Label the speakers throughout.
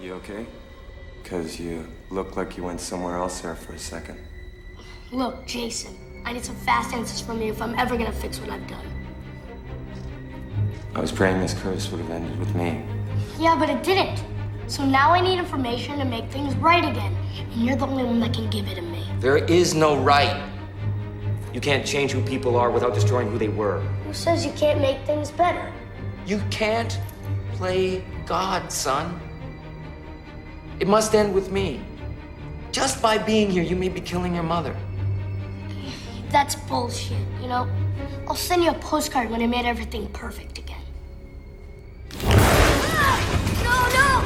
Speaker 1: You okay? Because you looked like you went somewhere else there for a second.
Speaker 2: Look, Jason, I need some fast answers from you if I'm ever gonna fix what I've done.
Speaker 1: I was praying this curse would have ended with me.
Speaker 2: Yeah, but it didn't. So now I need information to make things right again, and you're the only one that can give it to me.
Speaker 3: There is no right. You can't change who people are without destroying who they were.
Speaker 2: Who says you can't make things better?
Speaker 3: You can't play God, son. It must end with me. Just by being here, you may be killing your mother.
Speaker 2: That's bullshit, you know? I'll send you a postcard when I made everything perfect again. No, no!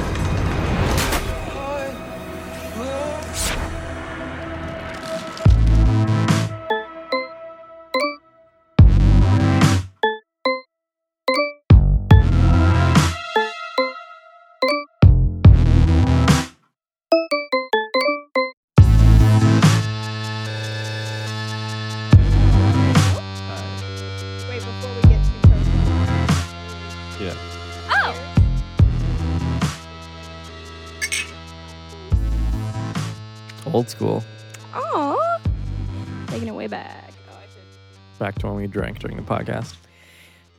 Speaker 4: Wait, before we get too close.
Speaker 5: Yeah.
Speaker 4: Oh!
Speaker 6: Old school.
Speaker 4: Oh! Taking it way back. Oh, I should.
Speaker 6: Back to when we drank during the podcast.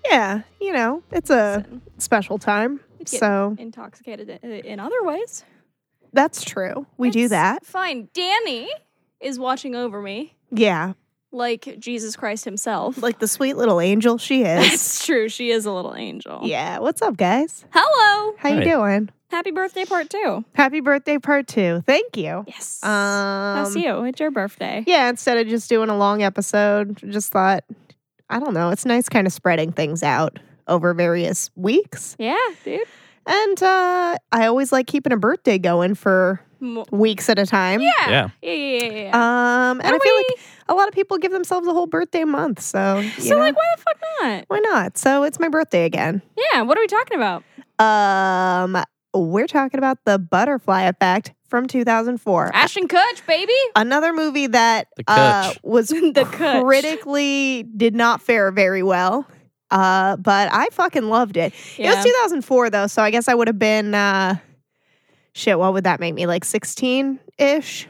Speaker 7: Yeah, you know, it's a
Speaker 4: Listen.
Speaker 7: special time.
Speaker 4: We'd get
Speaker 7: So
Speaker 4: Intoxicated i- in other ways.
Speaker 7: that's true. We do
Speaker 4: It's
Speaker 7: that.
Speaker 4: Fine. Danny is watching over me
Speaker 7: Yeah.
Speaker 4: like Jesus Christ himself.
Speaker 7: Like the sweet little angel she is.
Speaker 4: That's true. She is a little angel.
Speaker 7: yeah. What's up, guys?
Speaker 4: Hello.
Speaker 7: How you
Speaker 6: Hey.
Speaker 7: doing?
Speaker 4: Happy birthday part two.
Speaker 7: Happy birthday part two. Thank you.
Speaker 4: Yes.
Speaker 7: Um
Speaker 4: That's you. It's your birthday.
Speaker 7: Yeah, instead of just doing a long episode, just thought I don't know, it's nice kind of spreading things out over various weeks.
Speaker 4: Yeah, dude.
Speaker 7: And uh I always like keeping a birthday going for
Speaker 4: Mo-
Speaker 7: weeks at a time.
Speaker 4: yeah.
Speaker 6: Yeah.
Speaker 4: Yeah. Yeah. Yeah. yeah.
Speaker 7: Um and
Speaker 4: Are
Speaker 7: I feel
Speaker 4: we-
Speaker 7: like a lot of people give themselves a whole birthday month, so you
Speaker 4: so
Speaker 7: know,
Speaker 4: like, why the fuck not?
Speaker 7: why not? So it's my birthday again.
Speaker 4: Yeah. What are we talking about?
Speaker 7: Um, we're talking about the Butterfly Effect from 2004.
Speaker 4: Ashton Kutch, baby.
Speaker 7: Another movie that
Speaker 6: The
Speaker 7: uh,
Speaker 6: Kutch.
Speaker 7: was
Speaker 4: The Kutch.
Speaker 7: critically did not fare very well, uh, but I fucking loved it. It
Speaker 4: Yeah.
Speaker 7: was 2004 though, so I guess I would have been uh, shit. What would that make me? Like 16 ish?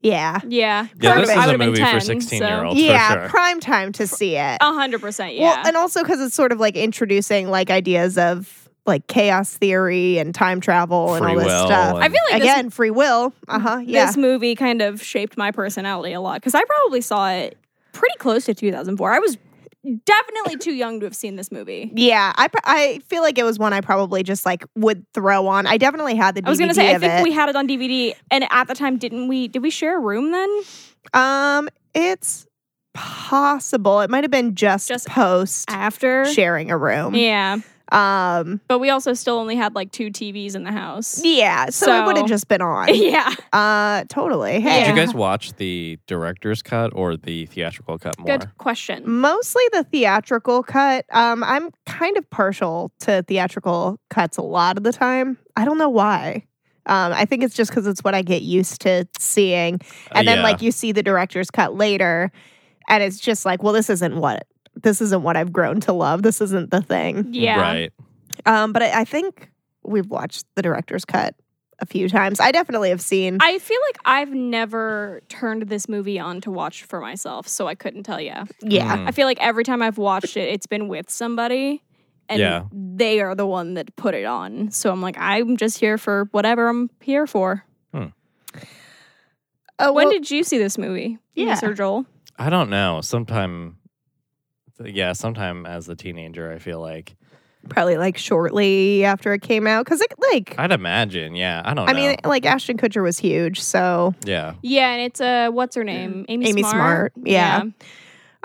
Speaker 7: Yeah,
Speaker 4: yeah.
Speaker 6: Yeah, this
Speaker 7: Perfect.
Speaker 6: is
Speaker 7: I
Speaker 6: a
Speaker 4: would've been
Speaker 6: movie
Speaker 4: 10,
Speaker 6: for 16
Speaker 4: so-
Speaker 6: year olds
Speaker 7: yeah,
Speaker 6: for sure.
Speaker 7: prime time to see it.
Speaker 4: A hundred percent. Yeah.
Speaker 7: Well, and also because it's sort of like introducing like ideas of like chaos theory and time travel and
Speaker 6: Free
Speaker 7: all this
Speaker 6: will
Speaker 7: stuff.
Speaker 6: and-
Speaker 4: I feel like this-
Speaker 7: Again, free will. Uh huh. Yeah.
Speaker 4: this movie kind of shaped my personality a lot because I probably saw it pretty close to 2004. I was definitely too young to have seen this movie.
Speaker 7: yeah. I, pr- I feel like it was one I probably just like would throw on. I definitely had the DVD
Speaker 4: I was gonna say I
Speaker 7: of
Speaker 4: think
Speaker 7: it.
Speaker 4: we had it on DVD, and at the time, didn't we? Did we share a room then?
Speaker 7: um, it's possible it might have been just,
Speaker 4: Just
Speaker 7: post
Speaker 4: After,
Speaker 7: sharing a room.
Speaker 4: yeah,
Speaker 7: Um.
Speaker 4: but we also still only had like two TVs in the house.
Speaker 7: Yeah. So, it would
Speaker 4: So-
Speaker 7: have just been on.
Speaker 4: yeah,
Speaker 7: Uh. Totally. Hey.
Speaker 6: Did you
Speaker 4: Yeah.
Speaker 6: guys watch the director's cut or the theatrical cut more?
Speaker 4: good
Speaker 7: Mm.
Speaker 4: question.
Speaker 7: mostly the theatrical cut. Um, I'm kind of partial to theatrical cuts a lot of the time. I don't know why. Um, I think it's just because it's what I get used to seeing, and then
Speaker 6: Uh, Yeah.
Speaker 7: like you see the director's cut later, and it's just like, well, this isn't what this isn't what I've grown to love. This isn't the thing.
Speaker 4: Yeah,
Speaker 6: Right.
Speaker 7: Um, but I, I think we've watched the director's cut a few times. I definitely have seen.
Speaker 4: I feel like I've never turned this movie on to watch for myself, so I couldn't tell you.
Speaker 7: yeah,
Speaker 6: Mm.
Speaker 4: I feel like every time I've watched it, it's been with somebody, and
Speaker 6: Yeah.
Speaker 4: they are the one that put it on. So I'm like, I'm just here for whatever I'm here for.
Speaker 7: Oh,
Speaker 4: when
Speaker 7: well,
Speaker 4: did you see this movie,
Speaker 7: Yeah.
Speaker 4: Mr. Joel?
Speaker 6: I don't know. Sometime, yeah, sometime as a teenager, I feel like.
Speaker 7: probably like shortly after it came out because it like
Speaker 6: I'd imagine. Yeah. I don't
Speaker 7: I
Speaker 6: know.
Speaker 7: mean, like Ashton Kutcher was huge, so
Speaker 6: yeah.
Speaker 4: Yeah, and it's uh, what's her name, Amy,
Speaker 7: Mm. Amy Smart, yeah.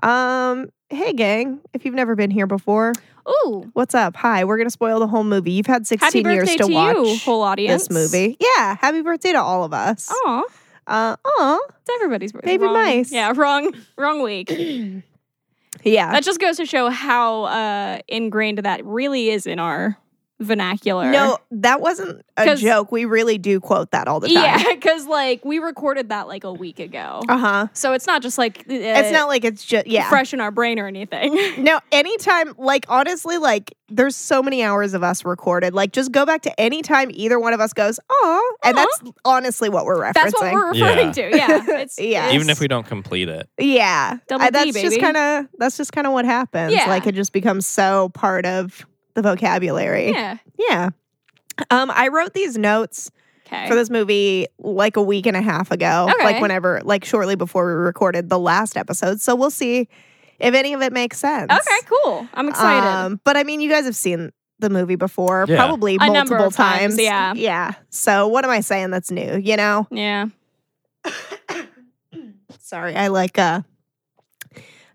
Speaker 7: um hey gang, if you've never been here before,
Speaker 4: Ooh,
Speaker 7: what's up? Hi, we're going to spoil the whole movie. You've had
Speaker 4: happy
Speaker 7: 16 years
Speaker 4: birthday
Speaker 7: to,
Speaker 4: to, you,
Speaker 7: watch
Speaker 4: whole audience.
Speaker 7: this movie. Yeah, happy birthday to all of us.
Speaker 4: Aw,
Speaker 7: Uh aw.
Speaker 4: it's everybody's birthday.
Speaker 7: Baby
Speaker 4: Wrong-
Speaker 7: mice.
Speaker 4: Yeah, wrong, wrong week.
Speaker 7: Yeah.
Speaker 4: that just goes to show how uh, ingrained that really is in our vernacular.
Speaker 7: No, that wasn't a
Speaker 4: 'Cause-
Speaker 7: joke. We really do quote that all the time.
Speaker 4: Yeah, because like we recorded that like a week ago.
Speaker 7: Uh huh.
Speaker 4: So it's not just like uh,
Speaker 7: it's not like it's just yeah.
Speaker 4: fresh in our brain or anything.
Speaker 7: No, anytime, like honestly, like there's so many hours of us recorded. Like just go back to any time either one of us goes, oh,
Speaker 4: Aw.
Speaker 7: and that's honestly what we're referencing.
Speaker 4: That's what we're referring
Speaker 6: Yeah.
Speaker 4: to. Yeah. It's,
Speaker 7: Yeah.
Speaker 6: Even if we don't complete it.
Speaker 7: yeah,
Speaker 4: Double
Speaker 7: Uh,
Speaker 4: D,
Speaker 7: that's just
Speaker 4: baby.
Speaker 7: kind of that's just kind of what happens.
Speaker 4: Yeah.
Speaker 7: Like it just becomes so part of the vocabulary.
Speaker 4: Yeah.
Speaker 7: Yeah. Um, I wrote these notes
Speaker 4: Okay.
Speaker 7: for this movie like a week and a half ago,
Speaker 4: Okay.
Speaker 7: like whenever, like shortly before we recorded the last episode. So we'll see if any of it makes sense.
Speaker 4: okay, cool. I'm excited.
Speaker 7: Um, but I mean, you guys have seen the movie before,
Speaker 6: Yeah.
Speaker 7: probably
Speaker 4: A number
Speaker 7: multiple
Speaker 4: of times, yeah.
Speaker 7: Yeah. So what am I saying that's new? You know?
Speaker 4: yeah.
Speaker 7: Sorry, I like uh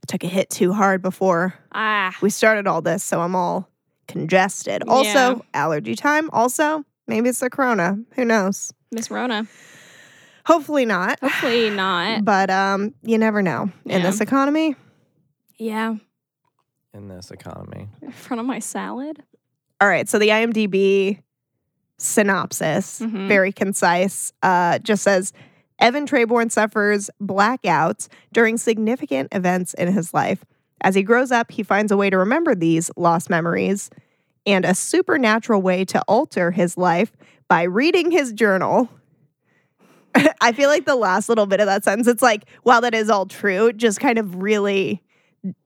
Speaker 7: took a hit too hard before
Speaker 4: Ah.
Speaker 7: we started all this, so I'm all congested. Also,
Speaker 4: Yeah.
Speaker 7: allergy time. Also, maybe it's the corona. Who knows?
Speaker 4: Miss Rona.
Speaker 7: Hopefully not.
Speaker 4: Hopefully not.
Speaker 7: But um, you never know
Speaker 4: Yeah.
Speaker 7: in this economy.
Speaker 4: Yeah.
Speaker 6: in this economy.
Speaker 4: In front of my salad.
Speaker 7: All right, so the IMDb synopsis,
Speaker 4: Mhm.
Speaker 7: very concise, uh, just says Evan Traborn suffers blackouts during significant events in his life. As he grows up, he finds a way to remember these lost memories and a supernatural way to alter his life by reading his journal. I feel like the last little bit of that sentence, it's like, while that is all true, it just kind of really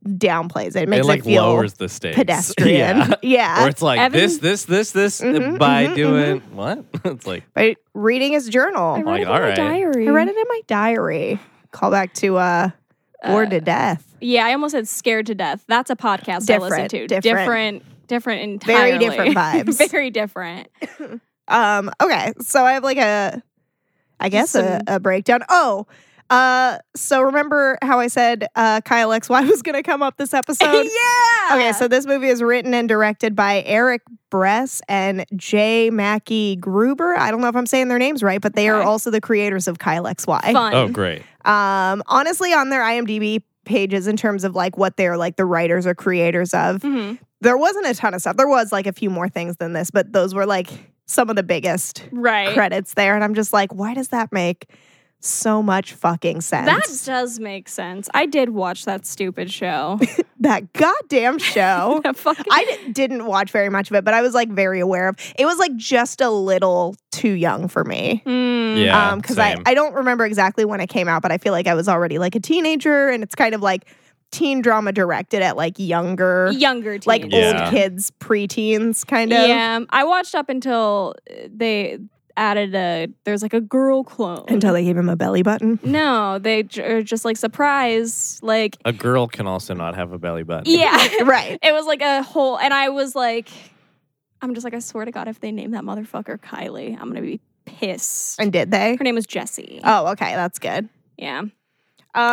Speaker 7: downplays it. It makes
Speaker 6: it
Speaker 7: it,
Speaker 6: like
Speaker 7: feel
Speaker 6: lowers the stakes.
Speaker 7: pedestrian.
Speaker 6: yeah.
Speaker 7: yeah.
Speaker 6: Or it's like
Speaker 4: Evan-
Speaker 6: this, this, this, this uh,
Speaker 7: Mhm,
Speaker 6: by
Speaker 7: mhm,
Speaker 6: doing what? it's like
Speaker 7: by reading his
Speaker 4: I
Speaker 7: journal.
Speaker 4: read
Speaker 6: like,
Speaker 4: it in
Speaker 6: all
Speaker 4: my
Speaker 6: right.
Speaker 4: diary.
Speaker 7: I read it in my diary. Call back to uh, bored to death.
Speaker 4: Yeah, I almost said scared to death. That's a podcast I listen
Speaker 7: Different,
Speaker 4: to.
Speaker 7: different.
Speaker 4: different different entirely.
Speaker 7: Very different vibes.
Speaker 4: Very different.
Speaker 7: Um, okay, so I have like a, I guess a,
Speaker 4: some-
Speaker 7: a breakdown. Oh, uh, so remember how I said uh, Kyle X Y was going to come up this episode?
Speaker 4: yeah.
Speaker 7: Okay, so this movie is written and directed by Eric Bress and Jay Mackey Gruber. I don't know if I'm saying their names right, but they are
Speaker 4: Okay.
Speaker 7: also the creators of Kyle XY.
Speaker 4: fun.
Speaker 6: oh great.
Speaker 7: Um, honestly, on their IMDb pages, in terms of like what they're like the writers or creators of,
Speaker 4: hmm
Speaker 7: there wasn't a ton of stuff. There was like a few more things than this, but those were like some of the biggest
Speaker 4: Right.
Speaker 7: credits there. And I'm just like, why does that make so much fucking sense?
Speaker 4: That does make sense. I did watch that stupid show.
Speaker 7: that goddamn show.
Speaker 4: That fucking-
Speaker 7: I di- didn't watch very much of it, but I was like very aware of. It was like just a little too young for me.
Speaker 4: Mm.
Speaker 6: Yeah.
Speaker 7: um because I,
Speaker 6: same.
Speaker 7: I don't remember exactly when it came out but i feel like i was already like a teenager and it's kind of like teen drama directed at like younger
Speaker 4: Younger teens.
Speaker 7: like
Speaker 6: Yeah.
Speaker 7: old kids preteens kind of
Speaker 4: Yeah, E I watched up until uh, they added a there's like a girl clone.
Speaker 7: until they gave him a belly button
Speaker 4: no, they j- are just like surprise, like
Speaker 6: a girl can also not have a belly button.
Speaker 4: yeah,
Speaker 7: right
Speaker 4: it was like a whole, and I was like, I'm just like, I swear to God, if they name that motherfucker Kylie, I'm gonna be pissed.
Speaker 7: and did they
Speaker 4: Her name was Jessie.
Speaker 7: oh okay that's good
Speaker 4: yeah,
Speaker 7: um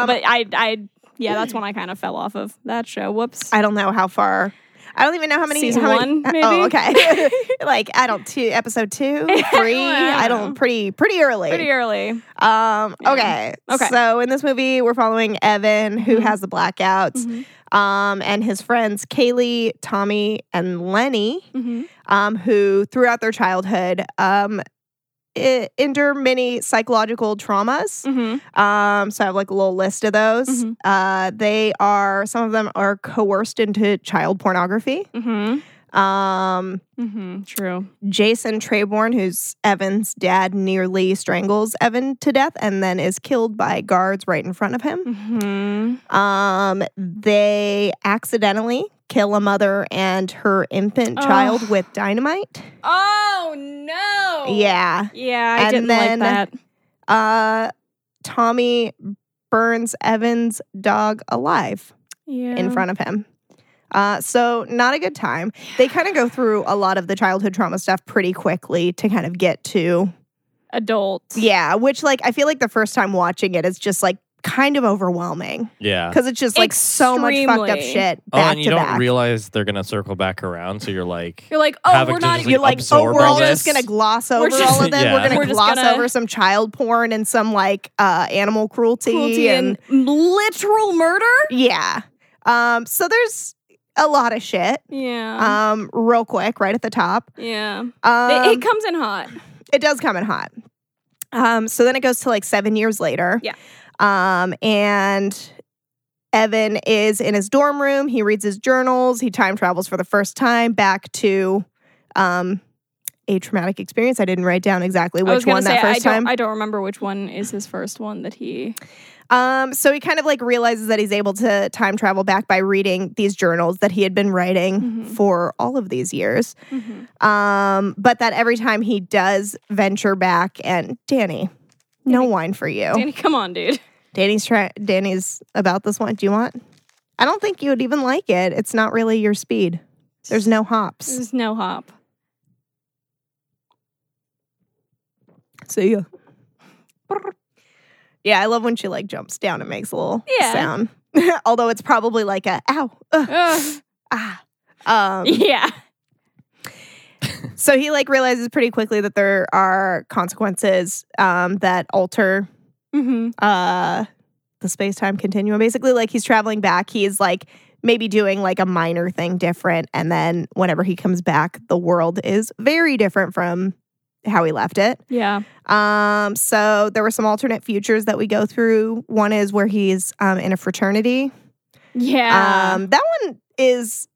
Speaker 4: but I, I, yeah, that's when I kind of fell off of that show. Whoops.
Speaker 7: i don't know how far I don't even know how many.
Speaker 4: Season
Speaker 7: how many-
Speaker 4: one,
Speaker 7: Oh,
Speaker 4: maybe?
Speaker 7: okay. like I don't two episode two, three. I don't pretty pretty early.
Speaker 4: Pretty early.
Speaker 7: Um.
Speaker 4: Yeah.
Speaker 7: Okay.
Speaker 4: Okay.
Speaker 7: So in this movie, we're following Evan, who
Speaker 4: Mhm.
Speaker 7: has the blackouts,
Speaker 4: Mhm.
Speaker 7: um, and his friends Kaylee, Tommy, and Lenny,
Speaker 4: Mhm.
Speaker 7: um, who throughout their childhood, um, i- endure many psychological traumas.
Speaker 4: Mhm.
Speaker 7: Um, so I have like a little list of those.
Speaker 4: Mhm.
Speaker 7: Uh, they are some of them are coerced into child pornography.
Speaker 4: Mhm.
Speaker 7: Um,
Speaker 4: Mhm. True.
Speaker 7: Jason Traborn, who's Evan's dad, nearly strangles Evan to death and then is killed by guards right in front of him.
Speaker 4: Mhm.
Speaker 7: Um, they accidentally kill a mother and her infant
Speaker 4: Ugh.
Speaker 7: child with dynamite.
Speaker 4: Oh no.
Speaker 7: Yeah.
Speaker 4: Yeah, I
Speaker 7: And
Speaker 4: didn't
Speaker 7: then-
Speaker 4: like that.
Speaker 7: Uh, Tommy burns Evan's dog alive
Speaker 4: Yeah.
Speaker 7: in front of him. Uh, so not a good time. They kind of go through a lot of the childhood trauma stuff pretty quickly to kind of get to
Speaker 4: adults.
Speaker 7: Yeah, which like I feel like the first time watching it is just like kind of overwhelming
Speaker 6: Yeah.
Speaker 7: because it's just like so much fucked up
Speaker 4: Extremely.
Speaker 7: shit
Speaker 6: Oh,
Speaker 7: back
Speaker 6: and you
Speaker 7: to
Speaker 6: don't
Speaker 7: back.
Speaker 6: realize they're gonna circle back around, so you're like
Speaker 4: You're like, oh,
Speaker 6: Havoc
Speaker 4: we're not
Speaker 6: just,
Speaker 4: even.
Speaker 7: You're like, oh,
Speaker 6: absorb
Speaker 7: we're
Speaker 6: all
Speaker 7: all just
Speaker 6: this.
Speaker 7: gonna gloss over
Speaker 4: just-
Speaker 7: all of them. We're
Speaker 6: Yeah.
Speaker 7: gonna
Speaker 4: We're just
Speaker 7: gloss
Speaker 4: gonna-
Speaker 7: over some child porn and some like uh, animal cruelty,
Speaker 4: cruelty and literal murder.
Speaker 7: yeah. Um, so there's a lot of shit.
Speaker 4: Yeah.
Speaker 7: Um, real quick, right at the top.
Speaker 4: yeah.
Speaker 7: Um,
Speaker 4: Uh, It- it comes in hot.
Speaker 7: it does come in hot. Um, so then it goes to like seven years later.
Speaker 4: Yeah.
Speaker 7: Um, and Evan is in his dorm room. He reads his journals. He time travels for the first time back to um, a traumatic experience. I didn't write down exactly
Speaker 4: I
Speaker 7: which
Speaker 4: was gonna
Speaker 7: one
Speaker 4: say
Speaker 7: that first
Speaker 4: I don't
Speaker 7: time.
Speaker 4: I don't remember which one is his first one that he
Speaker 7: Um, so he kind of like realizes that he's able to time travel back by reading these journals that he had been writing
Speaker 4: Mhm.
Speaker 7: for all of these years.
Speaker 4: Mm-hmm.
Speaker 7: Um, but that every time he does venture back and Danny, no wine for you.
Speaker 4: Danny, come on, dude.
Speaker 7: Danny's try- Danny's about this one. Do you want? I don't think you would even like it. It's not really your speed. There's no hops.
Speaker 4: There's no hop.
Speaker 7: See ya. Yeah, I love when she like jumps down and makes a little
Speaker 4: Yeah.
Speaker 7: sound. Although it's probably like a ow, ugh,
Speaker 4: Ugh.
Speaker 7: ah. Um,
Speaker 4: yeah.
Speaker 7: so he like realizes pretty quickly that there are consequences um, that alter
Speaker 4: Mm-hmm.
Speaker 7: uh the space-time continuum basically like he's traveling back he's like maybe doing like a minor thing different and then whenever he comes back the world is very different from how he left it
Speaker 4: Yeah.
Speaker 7: um so there were some alternate futures that we go through one is where he's um in a fraternity
Speaker 4: Yeah.
Speaker 7: um that one is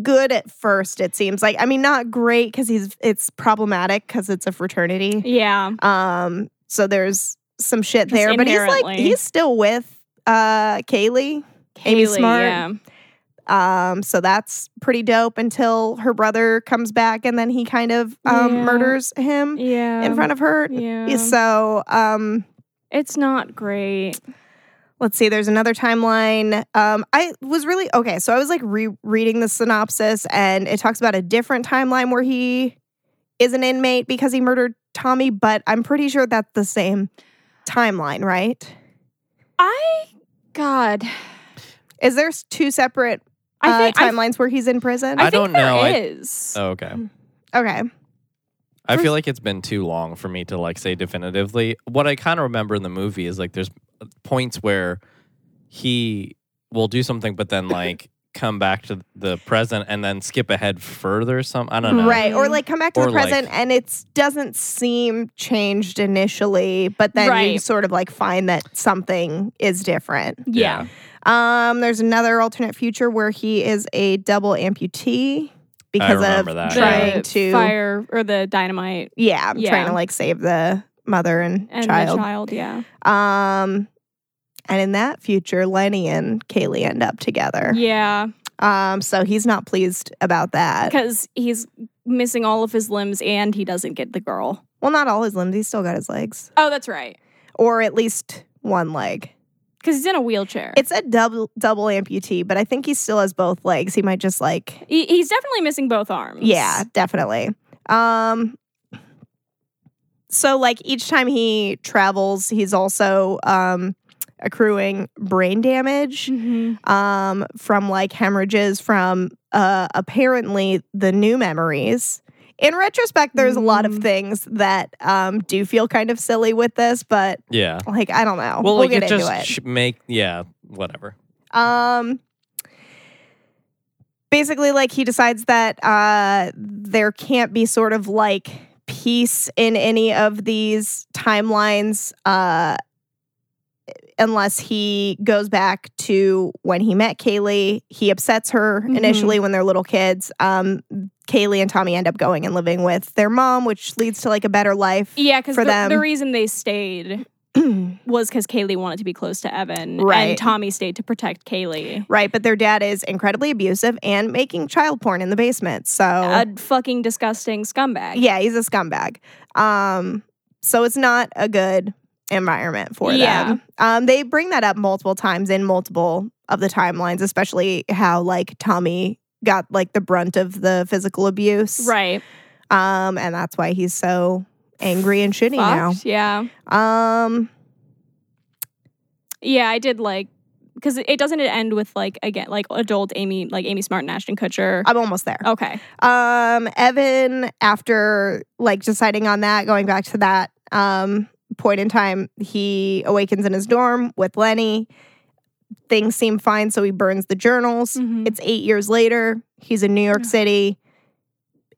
Speaker 7: good at first it seems like i mean not great because he's it's problematic because it's a fraternity
Speaker 4: yeah.
Speaker 7: um, so there's some shit
Speaker 4: Just
Speaker 7: there, but he's like
Speaker 4: inherently.
Speaker 7: he's still with uh Kaylee. Amy
Speaker 4: Haley,
Speaker 7: Smart.
Speaker 4: Yeah.
Speaker 7: Um, so that's pretty dope until her brother comes back and then he kind of um
Speaker 4: Yeah.
Speaker 7: murders him
Speaker 4: yeah.
Speaker 7: in front of her.
Speaker 4: Yeah.
Speaker 7: So um
Speaker 4: It's not great.
Speaker 7: let's see, there's another timeline. Um I was really okay, so I was like re-reading the synopsis and it talks about a different timeline where he is an inmate because he murdered Tommy, but I'm pretty sure that's the same timeline, right?
Speaker 4: I God.
Speaker 7: Is there s- two separate
Speaker 4: I think
Speaker 7: uh, timelines where he's in prison?
Speaker 4: I,
Speaker 6: I
Speaker 4: think
Speaker 6: don't know. I-
Speaker 4: there is.
Speaker 6: Oh, okay.
Speaker 7: okay.
Speaker 6: I
Speaker 7: "Mm, First-
Speaker 6: feel like it's been too long for me to like say definitively. What I kind of remember in the movie is like there's uh, points where he will do something, but then like come back to the present and then skip ahead further. Some I don't know.
Speaker 7: Right. Or like come back to
Speaker 6: Or,
Speaker 7: the present
Speaker 6: like-
Speaker 7: and it doesn't seem changed initially, but then you
Speaker 4: Right.
Speaker 7: sort of like find that something is different.
Speaker 4: yeah.
Speaker 7: Um, there's another alternate future where he is a double amputee because of
Speaker 6: remember that, yeah.
Speaker 7: trying
Speaker 4: The
Speaker 7: to
Speaker 4: fire or the dynamite
Speaker 7: yeah,
Speaker 4: Yeah.
Speaker 7: trying to like save the mother and,
Speaker 4: and
Speaker 7: child.
Speaker 4: the child. Yeah.
Speaker 7: Um and in that future, Lenny and Kaylee end up together.
Speaker 4: Yeah.
Speaker 7: Um, so he's not pleased about that.
Speaker 4: Because he's missing all of his limbs and he doesn't get the girl.
Speaker 7: Well, not all his limbs. He's still got his legs,
Speaker 4: Oh, that's right.
Speaker 7: or at least one leg.
Speaker 4: Because he's in a wheelchair.
Speaker 7: It's a double double amputee, but I think he still has both legs. He might just like,
Speaker 4: He, he's definitely missing both arms.
Speaker 7: yeah, definitely. Um, so like each time he travels, he's also um accruing brain damage
Speaker 4: Mhm.
Speaker 7: um from like hemorrhages from uh apparently the new memories. In retrospect, there's a lot of
Speaker 4: Mm.
Speaker 7: things that um do feel kind of silly with this, but
Speaker 6: Yeah.
Speaker 7: like I don't know.
Speaker 6: Well,
Speaker 7: We'll,
Speaker 6: like
Speaker 7: get
Speaker 6: it
Speaker 7: into
Speaker 6: just
Speaker 7: it.
Speaker 6: sh- make yeah whatever.
Speaker 7: Um basically like he decides that uh there can't be sort of like peace in any of these timelines uh unless he goes back to when he met Kaylee. He upsets her
Speaker 4: Mhm.
Speaker 7: initially when they're little kids. Um Kaylee and Tommy end up going and living with their mom, which leads to like a better life.
Speaker 4: Yeah, because
Speaker 7: For
Speaker 4: the,
Speaker 7: them.
Speaker 4: the reason they stayed was because Kaylee wanted to be close to Evan.
Speaker 7: Right.
Speaker 4: And Tommy stayed to protect Kaylee.
Speaker 7: Right, but their dad is incredibly abusive and making child porn in the basement. So
Speaker 4: A fucking disgusting scumbag.
Speaker 7: Yeah, he's a scumbag. Um, so it's not a good environment for
Speaker 4: Yeah.
Speaker 7: them. Um, they bring that up multiple times in multiple of the timelines, especially how like Tommy got like the brunt of the physical abuse.
Speaker 4: Right.
Speaker 7: Um, and that's why he's so angry and shitty
Speaker 4: Fucked, Yeah.
Speaker 7: now. Um,
Speaker 4: Yeah, I did like because it, it doesn't it end with like again like adult Amy like Amy Smart and Ashton Kutcher.
Speaker 7: I'm almost there.
Speaker 4: Okay.
Speaker 7: Um, Evan, after like deciding on that, going back to that um point in time, he awakens in his dorm with Lenny. things seem fine, so he burns the journals.
Speaker 4: Mhm.
Speaker 7: It's eight years later. He's in New York
Speaker 4: Yeah.
Speaker 7: City.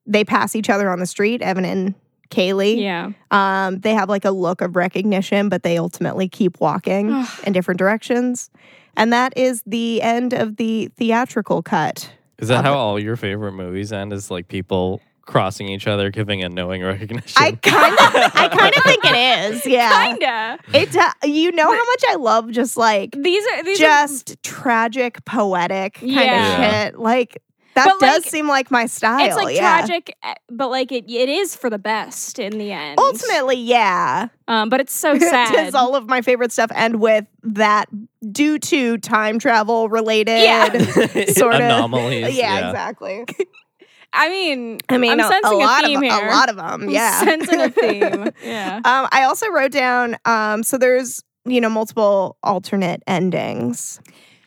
Speaker 7: They pass each other on the street, Evan and Kaylee.
Speaker 4: yeah.
Speaker 7: Um, they have like a look of recognition, but they ultimately keep walking
Speaker 4: Ugh.
Speaker 7: in different directions. And that is the end of the theatrical cut.
Speaker 6: Is that how all your favorite movies end? Is like people crossing each other, giving a knowing recognition.
Speaker 7: I kind of, I kind of think it is. Yeah,
Speaker 4: Kinda.
Speaker 7: it. uh, you know how much I love just like
Speaker 4: These are these are
Speaker 7: just tragic, poetic kind
Speaker 4: Yeah.
Speaker 6: Yeah.
Speaker 7: of shit. Like that
Speaker 4: But,
Speaker 7: does
Speaker 4: like,
Speaker 7: seem like my style.
Speaker 4: it's like
Speaker 7: yeah.
Speaker 4: tragic, eh, but like it, it is for the best in the end.
Speaker 7: Ultimately, yeah,
Speaker 4: um, but it's so
Speaker 7: it
Speaker 4: sad.
Speaker 7: does all of my favorite stuff end with that due to time travel related.
Speaker 4: Yeah.
Speaker 7: sorta.
Speaker 6: anomalies.
Speaker 7: yeah, exactly.
Speaker 4: I mean,
Speaker 7: I mean,
Speaker 4: I'm
Speaker 7: a,
Speaker 4: sensing
Speaker 7: a lot
Speaker 4: theme
Speaker 7: of
Speaker 4: here.
Speaker 7: a lot of them.
Speaker 4: I'm
Speaker 7: Yeah,
Speaker 4: sensing a theme. Yeah.
Speaker 7: Um, I also wrote down. Um, so there's you know multiple alternate endings.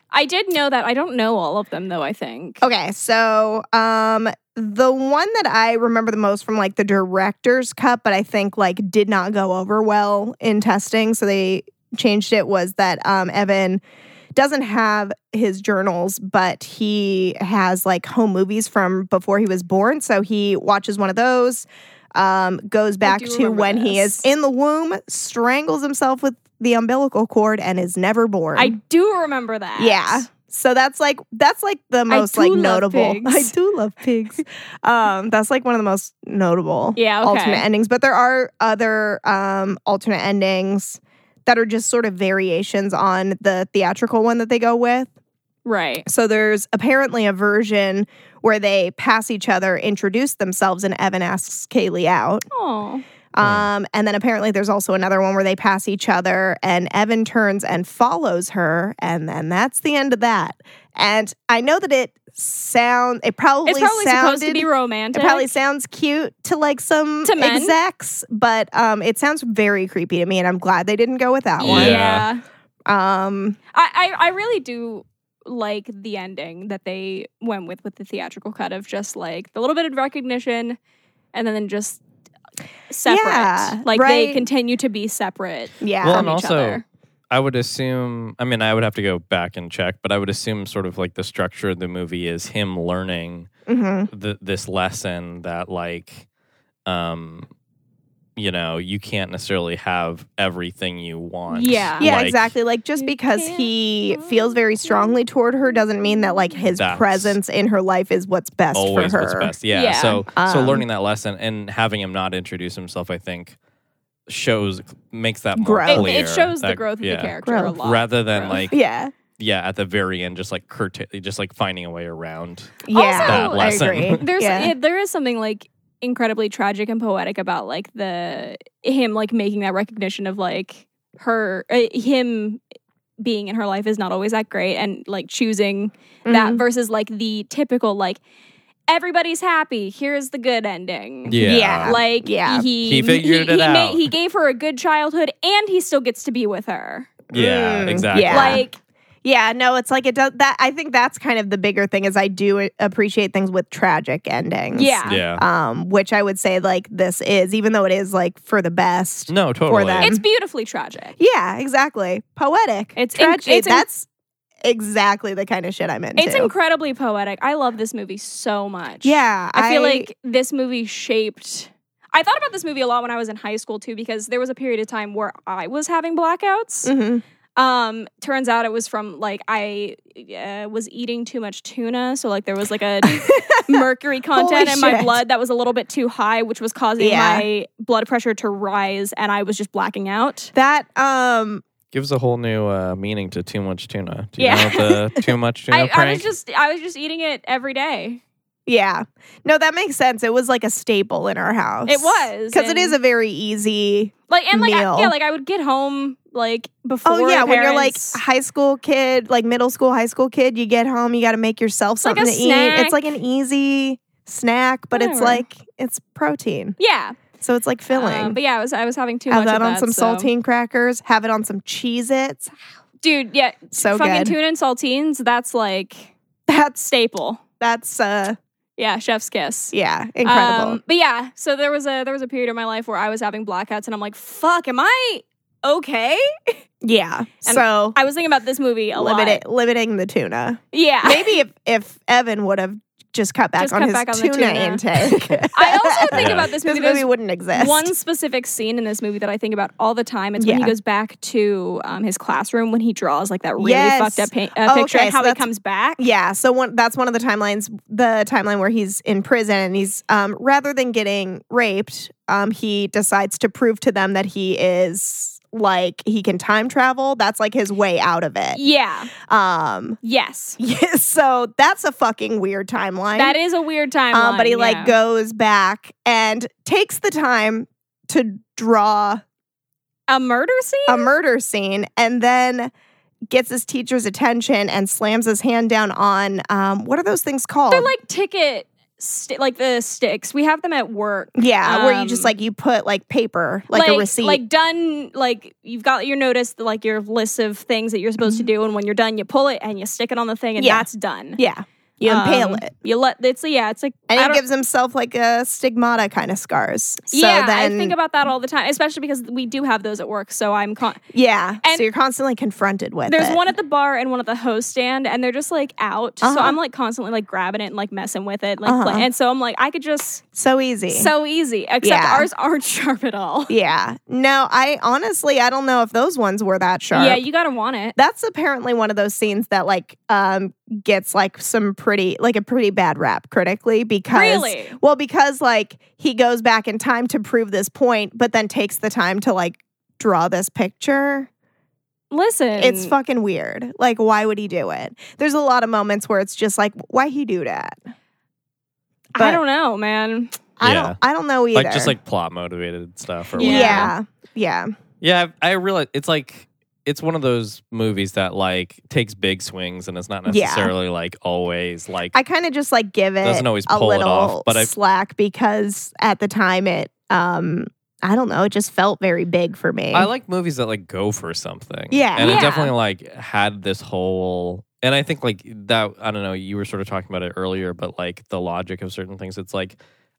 Speaker 4: I did know that. I don't know all of them though. I think.
Speaker 7: Okay, so um, the one that I remember the most from like the director's cut, but I think like did not go over well in testing, so they changed it. Was that um, Evan doesn't have his journals, but he has like home movies from before he was born, so he watches one of those. Um, goes back
Speaker 4: do
Speaker 7: to
Speaker 4: remember
Speaker 7: when he
Speaker 4: this.
Speaker 7: is in the womb, strangles himself with the umbilical cord, and is never born.
Speaker 4: I do remember that.
Speaker 7: Yeah. So that's like that's like the most
Speaker 4: do
Speaker 7: like
Speaker 4: love
Speaker 7: notable.
Speaker 4: pigs.
Speaker 7: I do love pigs. um, that's like one of the most notable
Speaker 4: Yeah. Okay.
Speaker 7: alternate endings. But there are other um alternate endings that are just sort of variations on the theatrical one that they go with.
Speaker 4: Right.
Speaker 7: So there's apparently a version where they pass each other, introduce themselves, and Evan asks Kaylee out.
Speaker 4: Oh.
Speaker 7: Um, and then apparently there's also another one where they pass each other and Evan turns and follows her, and then that's the end of that. And I know that it sound it probably,
Speaker 4: It's probably
Speaker 7: sounded
Speaker 4: supposed to be
Speaker 7: it
Speaker 4: romantic.
Speaker 7: probably sounds cute to like some
Speaker 4: To men.
Speaker 7: execs, but um it sounds very creepy to me, and I'm glad they didn't go with that
Speaker 6: Yeah.
Speaker 7: one.
Speaker 4: yeah.
Speaker 7: Um
Speaker 4: I, I I really do like the ending that they went with with the theatrical cut of just like the little bit of recognition and then just separate.
Speaker 7: Yeah,
Speaker 4: like they
Speaker 7: right.
Speaker 4: continue to be separate.
Speaker 7: yeah.
Speaker 6: Well,
Speaker 4: from
Speaker 6: and
Speaker 4: each
Speaker 6: also,
Speaker 4: other.
Speaker 6: I would assume. I mean, I would have to go back and check, but I would assume sort of like the structure of the movie is him learning
Speaker 7: Mhm.
Speaker 6: th- this lesson that like, um, you know, you can't necessarily have everything you want.
Speaker 4: Yeah.
Speaker 7: Yeah,
Speaker 6: Like,
Speaker 7: exactly. Like just
Speaker 4: You
Speaker 7: because
Speaker 4: can't
Speaker 7: he
Speaker 4: find
Speaker 7: feels very strongly toward her doesn't mean that like his
Speaker 6: That's
Speaker 7: presence in her life is what's best
Speaker 6: Always
Speaker 7: for her.
Speaker 6: what's best. Yeah.
Speaker 4: Yeah.
Speaker 6: So so
Speaker 7: Um,
Speaker 6: learning that lesson and having him not introduce himself, I think, shows makes that more
Speaker 7: Growth.
Speaker 4: It,
Speaker 6: clear.
Speaker 4: it shows the
Speaker 6: That-
Speaker 4: growth of
Speaker 6: yeah.
Speaker 4: the character a
Speaker 7: Growth.
Speaker 4: lot.
Speaker 6: Rather than
Speaker 4: Growth.
Speaker 6: like
Speaker 7: Yeah.
Speaker 6: yeah, at the very end, just like curta- just like finding a way around.
Speaker 7: Yeah,
Speaker 4: That
Speaker 6: lesson.
Speaker 7: I agree.
Speaker 4: there's
Speaker 7: yeah.
Speaker 4: it, there is something like incredibly tragic and poetic about like the him like making that recognition of like her uh, him being in her life is not always that great and like choosing that
Speaker 7: Mhm.
Speaker 4: versus like the typical like everybody's happy here's the good ending
Speaker 7: Yeah.
Speaker 4: like
Speaker 7: Yeah.
Speaker 4: he
Speaker 6: He figured it
Speaker 4: he,
Speaker 6: out.
Speaker 4: he gave her a good childhood and he still gets to be with her
Speaker 6: Yeah,
Speaker 7: Mm,
Speaker 6: exactly.
Speaker 7: yeah.
Speaker 4: like
Speaker 7: yeah, no, it's like it does that I think that's kind of the bigger thing is I do appreciate things with tragic endings.
Speaker 4: yeah,
Speaker 6: yeah.
Speaker 7: Um, which I would say like this is, even though it is like for the best.
Speaker 6: No, totally.
Speaker 7: them.
Speaker 4: it's beautifully tragic
Speaker 7: Mm. Yeah, exactly. Poetic.
Speaker 4: It's inc-
Speaker 7: tragic.
Speaker 4: it's inc-
Speaker 7: that's exactly the kind of shit I'm into.
Speaker 4: It's incredibly poetic. I love this movie so much.
Speaker 7: Yeah.
Speaker 4: I, feel like this movie shaped. I thought about this movie a lot when I was in high school too, because there was a period of time where I was having blackouts.
Speaker 7: Mhm.
Speaker 4: Um, turns out it was from like I uh, was eating too much tuna, so like there was like a mercury content
Speaker 7: Holy
Speaker 4: in my
Speaker 7: shit.
Speaker 4: blood that was a little bit too high, which was causing
Speaker 7: Yeah.
Speaker 4: my blood pressure to rise, and I was just blacking out.
Speaker 7: that um
Speaker 6: Gives a whole new uh, meaning to too much tuna. Do you
Speaker 4: Yeah.
Speaker 6: know the too much tuna
Speaker 4: I, I
Speaker 6: prank?
Speaker 4: was just I was just eating it every day.
Speaker 7: Yeah. No, that makes sense. It was like a staple in our house.
Speaker 4: It was,
Speaker 7: Because it
Speaker 4: and-
Speaker 7: is a very easy.
Speaker 4: Like and like I,
Speaker 7: meal.
Speaker 4: yeah, like I would get home like before.
Speaker 7: Oh, yeah.
Speaker 4: the
Speaker 7: When you're like
Speaker 4: parents-
Speaker 7: high school kid, like middle school, high school kid, you get home, you got to make yourself
Speaker 4: like
Speaker 7: something
Speaker 4: a
Speaker 7: to eat. It's like an
Speaker 4: snack.
Speaker 7: easy snack, but it's
Speaker 4: Whatever.
Speaker 7: like, it's protein.
Speaker 4: yeah,
Speaker 7: So it's like filling.
Speaker 4: Um, but yeah, I was I was having too
Speaker 7: have
Speaker 4: much
Speaker 7: that
Speaker 4: of
Speaker 7: on some
Speaker 4: so-
Speaker 7: saltine crackers, have it on some Cheez Its.
Speaker 4: dude. Yeah,
Speaker 7: So
Speaker 4: fucking
Speaker 7: good.
Speaker 4: tuna and saltines. That's like
Speaker 7: That's,
Speaker 4: staple.
Speaker 7: that's, uh,
Speaker 4: Yeah, chef's kiss.
Speaker 7: yeah, incredible.
Speaker 4: Um, but yeah, so there was a there was a period of my life where I was having blackouts, and I'm like, fuck, am I okay.
Speaker 7: Yeah.
Speaker 4: And
Speaker 7: so
Speaker 4: I was thinking about this movie a lot.
Speaker 7: limited, limiting the tuna.
Speaker 4: Yeah.
Speaker 7: Maybe if, if Evan would have just cut back
Speaker 4: Just
Speaker 7: on
Speaker 4: cut
Speaker 7: his
Speaker 4: back on the tuna.
Speaker 7: tuna, intake,
Speaker 4: I also think
Speaker 6: Yeah.
Speaker 4: about this
Speaker 7: this
Speaker 4: movie.
Speaker 7: movie
Speaker 4: There's
Speaker 7: wouldn't exist.
Speaker 4: one specific scene in this movie that I think about all the time. It's when he
Speaker 7: Yeah.
Speaker 4: goes back to um, his classroom when he draws like that really
Speaker 7: Yes.
Speaker 4: fucked up pa- uh,
Speaker 7: Oh,
Speaker 4: picture
Speaker 7: okay,
Speaker 4: and
Speaker 7: so
Speaker 4: how he
Speaker 7: that's-
Speaker 4: comes back.
Speaker 7: Yeah, so one, that's one of the timelines. The timeline where he's in prison and he's um, rather than getting raped, um, he decides to prove to them that he is like he can time travel. That's like his way out of it.
Speaker 4: Yeah.
Speaker 7: Um,
Speaker 4: Yes.
Speaker 7: yeah, so that's a fucking weird timeline.
Speaker 4: That is a weird timeline.
Speaker 7: Um, but he
Speaker 4: yeah.
Speaker 7: like goes back and takes the time to draw
Speaker 4: a murder scene.
Speaker 7: a murder scene and then gets his teacher's attention and slams his hand down on um, what are those things called?
Speaker 4: They're like ticket, sti like the sticks. We have them at work.
Speaker 7: Yeah, where you
Speaker 4: Um,
Speaker 7: just like you put like paper, like, a receipt.
Speaker 4: like done, like you've got your notice, like your list of things that you're supposed to do, and when you're done, you pull it and you stick it on the thing, and
Speaker 7: Mm-hmm. Yeah.
Speaker 4: that's done.
Speaker 7: yeah, you impale
Speaker 4: Um,
Speaker 7: it,
Speaker 4: You let it's yeah, it's like
Speaker 7: and
Speaker 4: I
Speaker 7: he
Speaker 4: don't-
Speaker 7: gives himself like a stigmata kind of scars. So
Speaker 4: yeah.
Speaker 7: then,
Speaker 4: I think about that all the time, especially because we do have those at work. So I'm con-
Speaker 7: yeah,
Speaker 4: and-
Speaker 7: so you're constantly confronted with.
Speaker 4: there's
Speaker 7: it.
Speaker 4: one at the bar and one at the host stand, and they're just like out. So
Speaker 7: Uh-huh.
Speaker 4: I'm like constantly like grabbing it and like messing with it, like
Speaker 7: Uh-huh.
Speaker 4: play- and so I'm like I could just
Speaker 7: so easy.
Speaker 4: so easy. Except
Speaker 7: Yeah.
Speaker 4: ours aren't sharp at all.
Speaker 7: yeah, no, I honestly I don't know if those ones were that sharp.
Speaker 4: Yeah, you gotta want it.
Speaker 7: that's apparently one of those scenes that like um gets like some pretty like a pretty bad rap critically because
Speaker 4: Really?
Speaker 7: well because like he goes back in time to prove this point but then takes the time to like draw this picture
Speaker 4: Listen,
Speaker 7: it's fucking weird like why would he do it there's a lot of moments where it's just like why he do that
Speaker 4: I
Speaker 7: but-
Speaker 4: don't know, man.
Speaker 7: i
Speaker 6: Yeah.
Speaker 7: don't i don't know either
Speaker 6: like just like plot motivated stuff or
Speaker 4: Yeah.
Speaker 6: whatever.
Speaker 7: yeah yeah
Speaker 6: Yeah, I, I realize it's like it's one of those movies that like takes big swings and it's not
Speaker 7: Yeah.
Speaker 6: necessarily like always like
Speaker 7: I kind of just like give it
Speaker 6: Doesn't always
Speaker 7: a
Speaker 6: pull it
Speaker 7: little
Speaker 6: off, but I-
Speaker 7: slack because at the time it um I don't know, it just felt very big for me.
Speaker 6: I like movies that like go for something.
Speaker 7: Yeah.
Speaker 6: And
Speaker 4: Yeah.
Speaker 6: it definitely like had this whole and I think like that I don't know, you were sort of talking about it earlier, but like the logic of certain things, it's like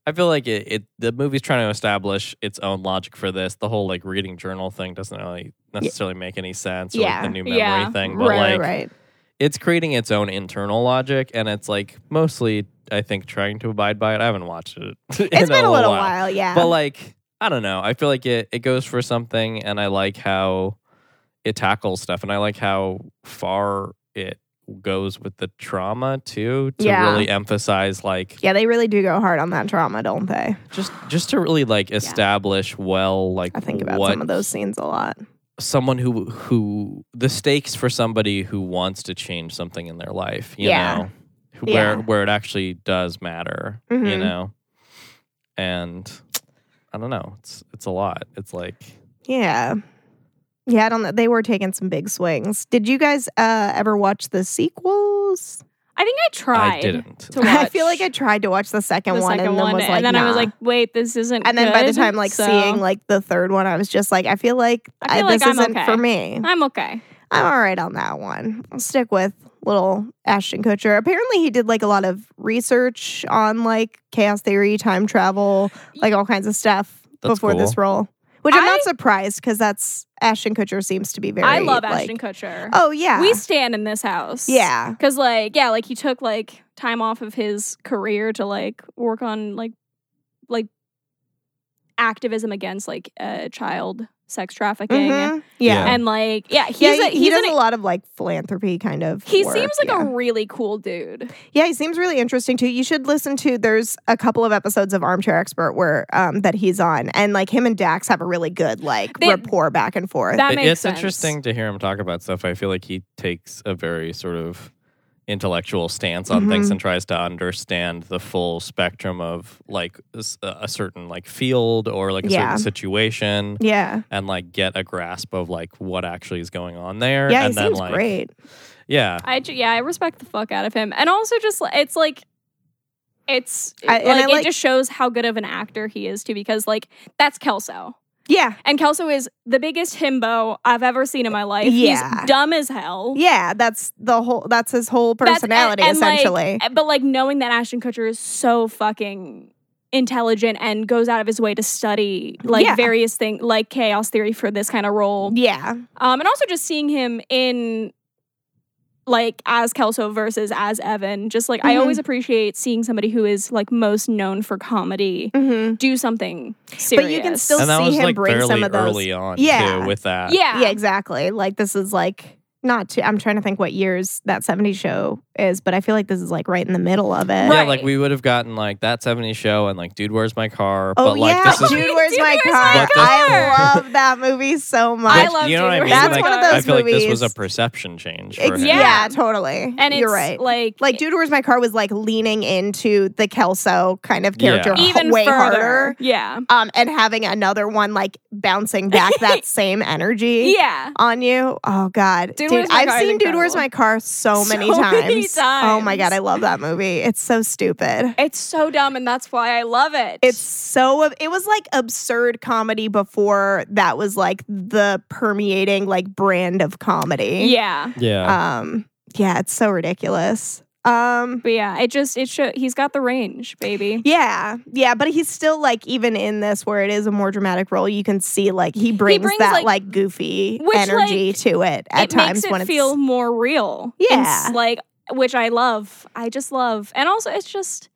Speaker 6: I feel like it, it the movie's trying to establish its own logic for this. The whole like reading journal thing doesn't really necessarily make any sense or
Speaker 7: Yeah.
Speaker 6: like the new memory
Speaker 4: Yeah.
Speaker 6: thing. But
Speaker 7: right,
Speaker 6: like
Speaker 7: right.
Speaker 6: it's creating its own internal logic and it's like mostly I think trying to abide by it. I haven't watched it. It's
Speaker 7: It's been a little while, yeah.
Speaker 6: but like i don't know i feel like it, it goes for something and i like how it tackles stuff and i like how far it goes with the trauma too to
Speaker 7: Yeah.
Speaker 6: really emphasize like
Speaker 7: yeah, they really do go hard on that trauma, don't they?
Speaker 6: just just to really like establish well like
Speaker 7: I think about
Speaker 6: what
Speaker 7: some of those scenes a lot.
Speaker 6: someone who who the stakes for somebody who wants to change something in their life you
Speaker 7: Yeah.
Speaker 6: know where
Speaker 7: Yeah.
Speaker 6: where it actually does matter you
Speaker 7: Mhm.
Speaker 6: know and i don't know it's it's a lot it's like
Speaker 7: Yeah. Yeah, I don't know. They were taking some big swings. Did you guys uh, ever watch the sequels?
Speaker 4: I think I tried.
Speaker 6: I didn't.
Speaker 4: to
Speaker 7: I feel
Speaker 4: watch
Speaker 7: like I tried to watch the second
Speaker 4: the
Speaker 7: one
Speaker 4: second
Speaker 7: and then
Speaker 4: one,
Speaker 7: was like,
Speaker 4: and then I was
Speaker 7: nah.
Speaker 4: like, wait, this isn't.
Speaker 7: and then by the
Speaker 4: good,
Speaker 7: time like
Speaker 4: so
Speaker 7: seeing like the third one, I was just like, I feel like
Speaker 4: I feel
Speaker 7: I-
Speaker 4: like
Speaker 7: this
Speaker 4: I'm
Speaker 7: isn't
Speaker 4: okay.
Speaker 7: for me.
Speaker 4: I'm okay.
Speaker 7: I'm all right on that one. I'll stick with little Ashton Kutcher. Apparently, he did like a lot of research on like chaos theory, time travel, like all kinds of stuff
Speaker 6: That's
Speaker 7: before this
Speaker 6: cool.
Speaker 7: role. Which I'm
Speaker 4: I-
Speaker 7: not surprised because that's Ashton Kutcher seems to be very.
Speaker 4: I love
Speaker 7: like-
Speaker 4: Ashton Kutcher.
Speaker 7: Oh yeah,
Speaker 4: we stand in this house.
Speaker 7: yeah,
Speaker 4: because like yeah, like he took like time off of his career to like work on like like activism against like uh, child sex trafficking
Speaker 7: Mhm. yeah.
Speaker 6: Yeah.
Speaker 4: and like yeah, he's
Speaker 7: Yeah,
Speaker 4: a, he's
Speaker 7: he, he does
Speaker 4: an,
Speaker 7: a lot of like philanthropy kind of.
Speaker 4: he
Speaker 7: work,
Speaker 4: seems like
Speaker 7: yeah.
Speaker 4: a really cool dude.
Speaker 7: Yeah, he seems really interesting too. You should listen to. There's a couple of episodes of Armchair Expert where um, that he's on, and like him and Dax have a really good like
Speaker 4: They-
Speaker 7: rapport back and forth.
Speaker 4: That
Speaker 6: It-
Speaker 4: makes
Speaker 6: it's
Speaker 4: sense.
Speaker 6: interesting to hear him talk about stuff. I feel like he takes a very sort of intellectual stance on things
Speaker 7: Mhm.
Speaker 6: and tries to understand the full spectrum of like s- a a certain like field or like a
Speaker 7: Yeah.
Speaker 6: certain situation
Speaker 7: yeah,
Speaker 6: and like get a grasp of like what actually is going on there.
Speaker 7: yeah,
Speaker 6: and
Speaker 7: he seems
Speaker 6: like
Speaker 7: great.
Speaker 6: yeah,
Speaker 4: I ju- yeah, I respect the fuck out of him, and also just li- it's like it's
Speaker 7: I- and I
Speaker 4: like, it
Speaker 7: like-
Speaker 4: just shows how good of an actor he is too, because like that's Kelso,
Speaker 7: Yeah,
Speaker 4: and Kelso is the biggest himbo I've ever seen in my life.
Speaker 7: Yeah.
Speaker 4: He's dumb as hell.
Speaker 7: yeah, that's the whole. That's his whole
Speaker 4: That's-
Speaker 7: personality
Speaker 4: and- and, like,
Speaker 7: essentially.
Speaker 4: but like knowing that Ashton Kutcher is so fucking intelligent and goes out of his way to study like
Speaker 7: Yeah.
Speaker 4: various things like chaos theory for this kind of role.
Speaker 7: Yeah.
Speaker 4: Um, and also just seeing him in like as Kelso versus as Evan, just like I
Speaker 7: Mhm.
Speaker 4: always appreciate seeing somebody who is like most known for comedy
Speaker 7: Mm-hmm.
Speaker 4: do something serious.
Speaker 7: But you can still
Speaker 6: and that
Speaker 7: see
Speaker 6: was
Speaker 7: him
Speaker 6: like
Speaker 7: bring
Speaker 6: fairly
Speaker 7: some of those.
Speaker 6: early on
Speaker 7: Yeah.
Speaker 6: too with that.
Speaker 4: yeah.
Speaker 7: Yeah, exactly. Like this is like not too, I'm trying to think what years that 70s show is, but I feel like this is like right in the middle of it.
Speaker 6: Yeah,
Speaker 4: Right.
Speaker 6: like we would have gotten like that 70s show and like Dude Where's My Car,
Speaker 7: Oh
Speaker 6: but like
Speaker 7: yeah,
Speaker 6: this is
Speaker 7: Dude, where's
Speaker 4: Dude,
Speaker 7: my
Speaker 4: Where's
Speaker 7: car?
Speaker 4: My
Speaker 7: I
Speaker 4: Car?
Speaker 7: love that movie so much.
Speaker 4: I
Speaker 6: but
Speaker 4: love
Speaker 6: you know
Speaker 4: Dude,
Speaker 6: what I
Speaker 4: Where's
Speaker 6: mean?
Speaker 7: That's
Speaker 6: like,
Speaker 7: one of
Speaker 6: I
Speaker 7: those
Speaker 6: feel like this was a
Speaker 7: movies-
Speaker 6: perception change for
Speaker 7: Ex-
Speaker 6: him.
Speaker 7: yeah.
Speaker 4: Yeah.
Speaker 7: totally.
Speaker 4: And it's
Speaker 7: you're right.
Speaker 4: like
Speaker 7: like dude, where's my car was like leaning into the Kelso kind of
Speaker 6: Yeah.
Speaker 7: character h-
Speaker 4: even
Speaker 7: way
Speaker 4: further.
Speaker 7: harder.
Speaker 4: Yeah.
Speaker 7: Um, and having another one like bouncing back that same energy
Speaker 4: Yeah.
Speaker 7: on you. Oh God,
Speaker 4: Dude, Where's My
Speaker 7: I've
Speaker 4: Car is
Speaker 7: seen Dude, Where's
Speaker 4: incredible.
Speaker 7: My Car so many
Speaker 4: So
Speaker 7: times.
Speaker 4: many
Speaker 7: Oh my God,
Speaker 4: times.
Speaker 7: I love that movie. It's so stupid.
Speaker 4: It's so dumb and that's why I love it.
Speaker 7: It's so it was like absurd comedy before that was like the permeating like brand of comedy.
Speaker 4: Yeah.
Speaker 6: Yeah.
Speaker 7: Um yeah, it's so ridiculous. Um
Speaker 4: But yeah, it just it show he's got the range, baby.
Speaker 7: yeah, yeah, but he's still like even in this where it is a more dramatic role, you can see like he brings,
Speaker 4: brings,
Speaker 7: that
Speaker 4: like-
Speaker 7: like, goofy
Speaker 4: Which,
Speaker 7: energy
Speaker 4: like,
Speaker 7: to it at
Speaker 4: it
Speaker 7: times
Speaker 4: makes it
Speaker 7: when it's
Speaker 4: feel more real.
Speaker 7: Yeah.
Speaker 4: It's like which I love. I just love. And also it's just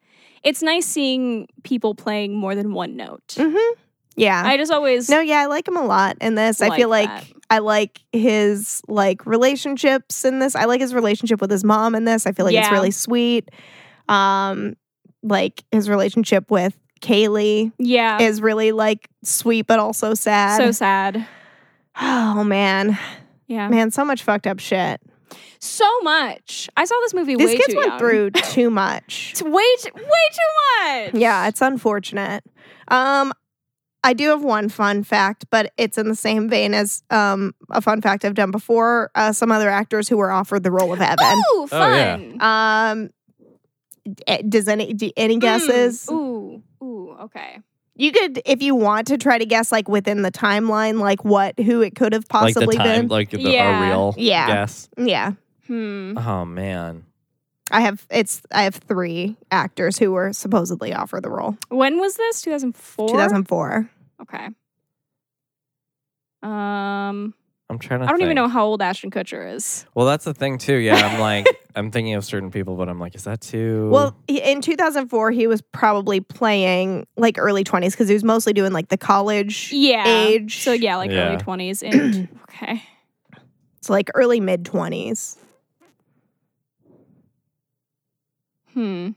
Speaker 4: it's nice seeing people playing more than one note.
Speaker 7: Mhm. yeah.
Speaker 4: I just always
Speaker 7: No, yeah, I like him a lot in this. I
Speaker 4: Like
Speaker 7: feel like
Speaker 4: that.
Speaker 7: I like his like relationships in this. I like his relationship with his mom in this. I feel like it's
Speaker 4: Yeah.
Speaker 7: really sweet. Um like his relationship with Kaylee
Speaker 4: Yeah.
Speaker 7: is really like sweet but also sad.
Speaker 4: so sad.
Speaker 7: oh man.
Speaker 4: Yeah.
Speaker 7: Man, so much fucked up shit.
Speaker 4: So much. I saw this movie
Speaker 7: These
Speaker 4: way
Speaker 7: kids
Speaker 4: too
Speaker 7: went
Speaker 4: young.
Speaker 7: through too much.
Speaker 4: It's way too, way too much.
Speaker 7: yeah, it's unfortunate. Um I do have one fun fact, but it's in the same vein as um, a fun fact I've done before. Uh, some other actors who were offered the role of Evan.
Speaker 4: Oh,
Speaker 6: Oh, yeah.
Speaker 4: fun.
Speaker 7: Um, eh, does any do any guesses?
Speaker 4: Hmm. Ooh, ooh, okay.
Speaker 7: You could, if you want to, try to guess like within the timeline, like what who it could have
Speaker 6: like the
Speaker 7: possibly
Speaker 6: time,
Speaker 7: been.
Speaker 6: like the
Speaker 4: Yeah.
Speaker 6: a real
Speaker 7: Yeah.
Speaker 6: guess.
Speaker 7: yeah,
Speaker 4: Hmm.
Speaker 6: Oh man.
Speaker 7: I have it's I have three actors who were supposedly offered the role.
Speaker 4: When was this? 2004?
Speaker 7: Two thousand four.
Speaker 4: Okay. Um,
Speaker 6: I'm trying to
Speaker 4: I don't even
Speaker 6: think.
Speaker 4: know how old Ashton Kutcher is.
Speaker 6: Well, that's the thing too. Yeah, I'm like I'm thinking of certain people, but I'm like, is that too
Speaker 7: Well, he- in 2004, he was probably playing like early 20s because he was mostly doing like the college
Speaker 4: Yeah.
Speaker 7: age.
Speaker 4: So yeah, like
Speaker 6: Yeah.
Speaker 4: early 20s and okay.
Speaker 7: So like early mid 20s.
Speaker 4: Hmm.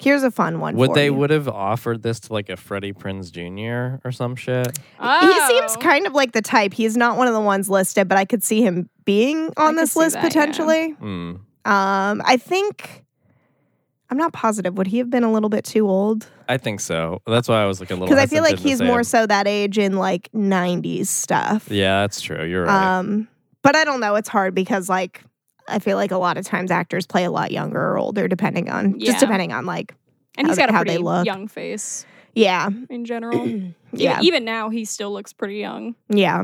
Speaker 7: Here's a fun one.
Speaker 6: would
Speaker 7: for
Speaker 6: they
Speaker 7: you.
Speaker 6: would have offered this to like a Freddie Prinz Jr. or some shit?
Speaker 4: Oh.
Speaker 7: He seems kind of like the type. He's not one of the ones listed, but I could see him being
Speaker 4: I
Speaker 7: on
Speaker 4: could
Speaker 7: this
Speaker 4: see
Speaker 7: list
Speaker 4: that, yeah.
Speaker 7: potentially.
Speaker 6: Hmm.
Speaker 7: Um, I think I'm not positive. Would he have been a little bit too old?
Speaker 6: I think so. That's why Oh, I was like a little.
Speaker 7: Because I feel like
Speaker 6: hesitant to
Speaker 7: he's
Speaker 6: say
Speaker 7: more
Speaker 6: it.
Speaker 7: so that age in like 90s stuff.
Speaker 6: Yeah, that's true. You're right.
Speaker 7: Um, but I don't know. It's hard because like I feel like a lot of times actors play a lot younger or older, depending on
Speaker 4: Yeah.
Speaker 7: just depending on like
Speaker 4: and he's
Speaker 7: how-
Speaker 4: got a
Speaker 7: how they
Speaker 4: pretty
Speaker 7: look.
Speaker 4: young face
Speaker 7: yeah,
Speaker 4: in general. E-
Speaker 7: yeah,
Speaker 4: Even now he still looks pretty young,
Speaker 7: yeah.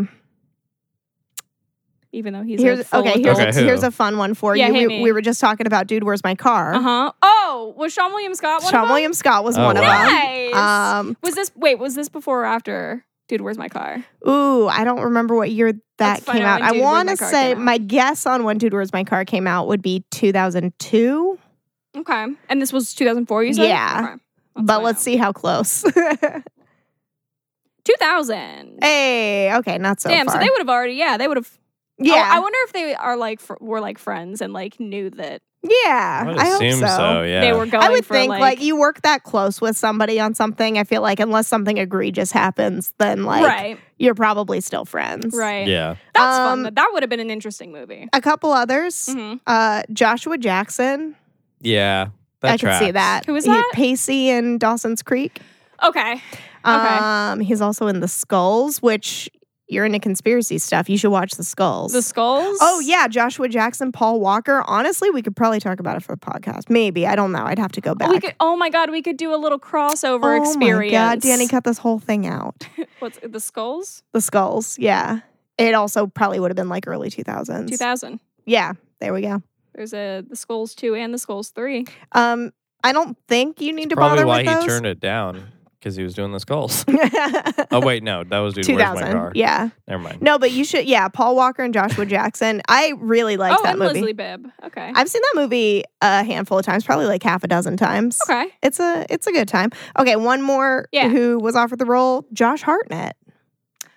Speaker 4: even though he's
Speaker 7: Here's
Speaker 4: a full
Speaker 7: okay. Here's
Speaker 6: Okay,
Speaker 7: a,
Speaker 6: who?
Speaker 7: here's a fun one for
Speaker 4: Yeah,
Speaker 7: you.
Speaker 4: hit
Speaker 7: We,
Speaker 4: me.
Speaker 7: we were just talking about dude, where's my car?
Speaker 4: Uh-huh. Oh, was Sean Williams Scott one of
Speaker 7: Sean
Speaker 4: them?
Speaker 7: William Scott was
Speaker 6: Oh,
Speaker 7: one of
Speaker 6: wow.
Speaker 7: them.
Speaker 4: Nice.
Speaker 7: Um,
Speaker 4: was this wait, was this before or after? Dude, where's my car?
Speaker 7: ooh, I don't remember what year
Speaker 4: Let's
Speaker 7: that
Speaker 4: find
Speaker 7: came
Speaker 4: out
Speaker 7: out.
Speaker 4: when
Speaker 7: I
Speaker 4: Dude, Where's
Speaker 7: want
Speaker 4: My
Speaker 7: to
Speaker 4: Car
Speaker 7: say
Speaker 4: came out.
Speaker 7: my guess on when Dude, Where's My Car came out would be 2002,
Speaker 4: Okay. And this was 2004, you said?
Speaker 7: Yeah.
Speaker 4: Okay.
Speaker 7: but
Speaker 4: find
Speaker 7: let's
Speaker 4: out.
Speaker 7: see how close.
Speaker 4: 2000.
Speaker 7: hey, okay, not so
Speaker 4: Damn,
Speaker 7: far.
Speaker 4: so they would have already, yeah, they would have.
Speaker 7: yeah,
Speaker 4: I, I wonder if they are like, fr- were like friends and like knew that
Speaker 7: yeah.
Speaker 6: I would
Speaker 7: hope
Speaker 6: assume so. yeah.
Speaker 4: they were going
Speaker 7: I would
Speaker 4: for
Speaker 7: think like,
Speaker 4: like,
Speaker 7: you work that close with somebody on something. I feel like unless something egregious happens, then like
Speaker 4: right,
Speaker 7: you're probably still friends.
Speaker 4: right.
Speaker 6: Yeah.
Speaker 4: That's fun.
Speaker 7: Um,
Speaker 4: But that would have been an interesting movie.
Speaker 7: A couple others.
Speaker 4: hmm
Speaker 7: Uh, Joshua Jackson.
Speaker 6: Yeah. That
Speaker 7: I
Speaker 6: tracks.
Speaker 7: could see that.
Speaker 4: Who was
Speaker 7: He-
Speaker 4: that?
Speaker 7: Pacey in Dawson's Creek.
Speaker 4: Okay.
Speaker 7: Um, he's also in The Skulls, which you're into conspiracy stuff. You should watch The Skulls.
Speaker 4: The Skulls.
Speaker 7: Oh yeah, Joshua Jackson, Paul Walker. Honestly, we could probably talk about it for the podcast. Maybe I don't know. I'd have to go back.
Speaker 4: We could, oh my God, we could do a little crossover
Speaker 7: oh
Speaker 4: experience.
Speaker 7: my god, Danny, cut this whole thing out.
Speaker 4: What's The Skulls?
Speaker 7: The skulls, yeah. It also probably would have been like early 2000s.
Speaker 4: 2000.
Speaker 7: Yeah, there we go.
Speaker 4: There's a The Skulls 2 and The Skulls 3.
Speaker 7: Um I don't think you need to
Speaker 6: Probably
Speaker 7: bother
Speaker 6: why
Speaker 7: with
Speaker 6: he
Speaker 7: those.
Speaker 6: turned it down because he was doing the skulls. oh wait, no, that was due to Where's My
Speaker 7: 2000.
Speaker 6: Car.
Speaker 7: Yeah.
Speaker 6: Never mind.
Speaker 7: No, but you should. Yeah. Paul Walker and Joshua Jackson. I really liked
Speaker 4: oh,
Speaker 7: that
Speaker 4: and
Speaker 7: movie.
Speaker 4: Leslie Bibb. Okay.
Speaker 7: I've seen that movie a handful of times, probably like half a dozen times.
Speaker 4: okay.
Speaker 7: It's a it's a good time. Okay, one more
Speaker 4: Yeah.
Speaker 7: who was offered the role, Josh Hartnett.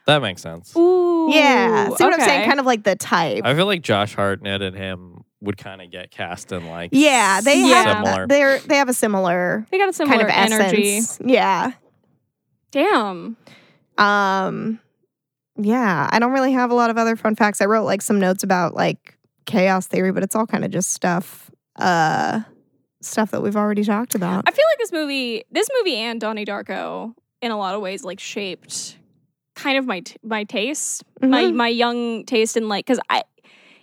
Speaker 6: That makes sense.
Speaker 4: Ooh.
Speaker 7: yeah. See what I'm saying? Kind of like the type.
Speaker 6: I feel like Josh Hartnett and him would kind of get cast in like
Speaker 7: yeah, they
Speaker 4: Yeah.
Speaker 6: similar.
Speaker 7: have they're they have a similar,
Speaker 4: they got a similar
Speaker 7: kind of
Speaker 4: energy.
Speaker 7: essence. Yeah.
Speaker 4: Damn.
Speaker 7: Um yeah, I don't really have a lot of other fun facts. I wrote like some notes about like chaos theory, but it's all kind of just stuff uh stuff that we've already talked about.
Speaker 4: I feel like this movie, this movie and Donnie Darko, in a lot of ways, like shaped kind of my t- my taste, my
Speaker 7: Mhm.
Speaker 4: my young taste in like because I,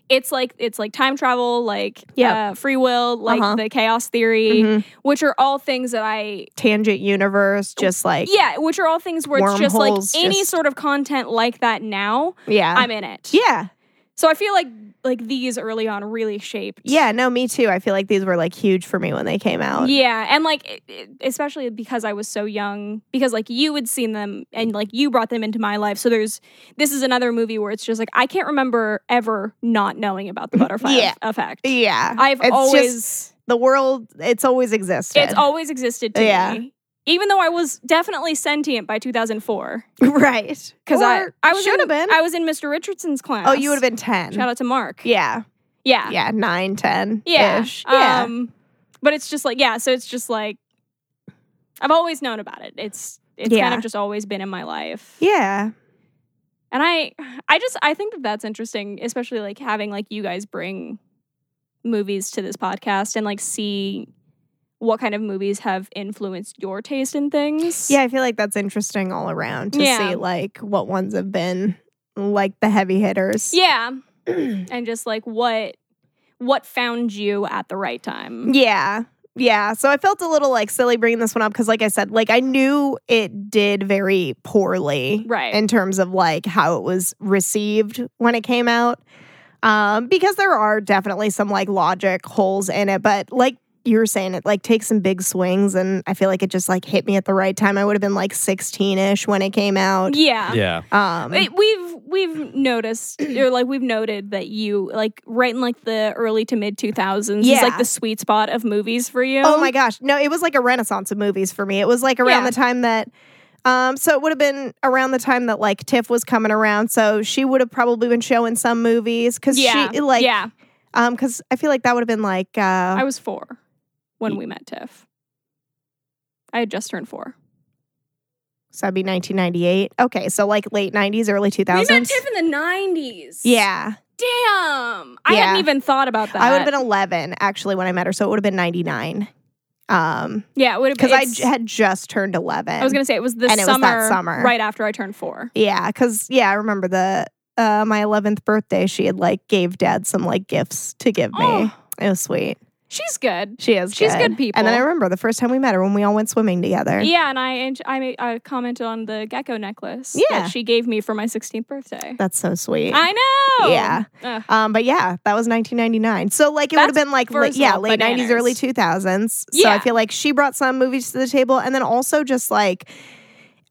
Speaker 4: it's like it's like time travel, like
Speaker 7: Yep.
Speaker 4: uh, free will, like
Speaker 7: Uh-huh.
Speaker 4: the chaos theory,
Speaker 7: Mhm.
Speaker 4: which are all things that I
Speaker 7: Tangent universe, just like
Speaker 4: yeah, which are all things where it's just like
Speaker 7: Wormholes,
Speaker 4: any
Speaker 7: just-
Speaker 4: sort of content like that now,
Speaker 7: yeah.
Speaker 4: I'm in it.
Speaker 7: yeah.
Speaker 4: So I feel like like these early on really shaped
Speaker 7: Yeah, no, me too. I feel like these were like huge for me when they came out.
Speaker 4: Yeah, and like it- it- especially because I was so young, because like you had seen them and like you brought them into my life. So there's this is another movie where it's just like I can't remember ever not knowing about the butterfly
Speaker 7: Yeah.
Speaker 4: effect.
Speaker 7: Yeah.
Speaker 4: I've
Speaker 7: It's just
Speaker 4: always
Speaker 7: the world it's always existed.
Speaker 4: it's always existed to
Speaker 7: Yeah.
Speaker 4: me. Even though I was definitely sentient by 2004
Speaker 7: right.
Speaker 4: cuz I
Speaker 7: Or
Speaker 4: I was
Speaker 7: should
Speaker 4: in-
Speaker 7: have been.
Speaker 4: I was in Mr. Richardson's class.
Speaker 7: oh, you would have been 10.
Speaker 4: Shout out to Mark.
Speaker 7: Yeah.
Speaker 4: Yeah.
Speaker 7: Yeah, 9, 10.
Speaker 4: Yeah.
Speaker 7: Ish. Yeah.
Speaker 4: Um but it's just like yeah, so it's just like I've always known about it. It's it's kind
Speaker 7: Yeah.
Speaker 4: of just always been in my life.
Speaker 7: yeah.
Speaker 4: And I I just I think that that's interesting, especially like having like you guys bring movies to this podcast and like see what kind of movies have influenced your taste in things.
Speaker 7: Yeah, I feel like that's interesting all around to
Speaker 4: Yeah.
Speaker 7: see like what ones have been like the heavy hitters.
Speaker 4: Yeah. and just like what what found you at the right time.
Speaker 7: Yeah. Yeah. So I felt a little like silly bringing this one up because, like I said, like I knew it did very poorly.
Speaker 4: Right.
Speaker 7: In terms of like how it was received when it came out. Um, because there are definitely some like logic holes in it, but like you were saying, it like takes some big swings, and I feel like it just like hit me at the right time. I would have been like 16 ish when it came out.
Speaker 4: Yeah.
Speaker 6: yeah.
Speaker 7: Um,
Speaker 4: It- we've we've noticed or like we've noted that you like right in like the early to mid 2000s is
Speaker 7: Yeah.
Speaker 4: like the sweet spot of movies for you.
Speaker 7: Oh my gosh. No, it was like a renaissance of movies for me. It was like around
Speaker 4: Um, Yeah.
Speaker 7: the time that um so it would have been around the time that like Tiff was coming around. So she would have probably been showing some movies cuz
Speaker 4: Yeah.
Speaker 7: she like
Speaker 4: yeah.
Speaker 7: um cuz I feel like that would have been like uh
Speaker 4: I was four when we met Tiff. I had just turned four.
Speaker 7: so that'd be 1998. Okay, so like late 90s, early 2000s.
Speaker 4: in the nineties.
Speaker 7: yeah.
Speaker 4: Damn. I
Speaker 7: Yeah.
Speaker 4: hadn't even thought about that.
Speaker 7: I would have been 11 actually when I met her, so it would have been 99. Um
Speaker 4: yeah, it would have been.
Speaker 7: cuz I
Speaker 4: it's-
Speaker 7: j- had just turned 11.
Speaker 4: I was gonna say it was the
Speaker 7: and it
Speaker 4: summer,
Speaker 7: was that summer.
Speaker 4: right after I turned four.
Speaker 7: Yeah, cuz yeah, I remember the uh my 11th birthday she had like gave dad some like gifts to give me.
Speaker 4: Oh.
Speaker 7: It was sweet.
Speaker 4: She's good.
Speaker 7: She is.
Speaker 4: She's good people.
Speaker 7: And then I remember the first time we met her when we all went swimming together.
Speaker 4: Yeah, and I and I, made, I commented on the gecko necklace
Speaker 7: Yeah.
Speaker 4: that she gave me for my 16th birthday.
Speaker 7: That's so sweet.
Speaker 4: I know.
Speaker 7: Yeah.
Speaker 4: Ugh.
Speaker 7: um, but yeah, that was 1999. So like it would have
Speaker 4: That's
Speaker 7: been like
Speaker 4: first
Speaker 7: late,
Speaker 4: of
Speaker 7: yeah,
Speaker 4: all,
Speaker 7: late 90s,
Speaker 4: bananas.
Speaker 7: early 2000s. So
Speaker 4: Yeah.
Speaker 7: I feel like she brought some movies to the table, and then also just like.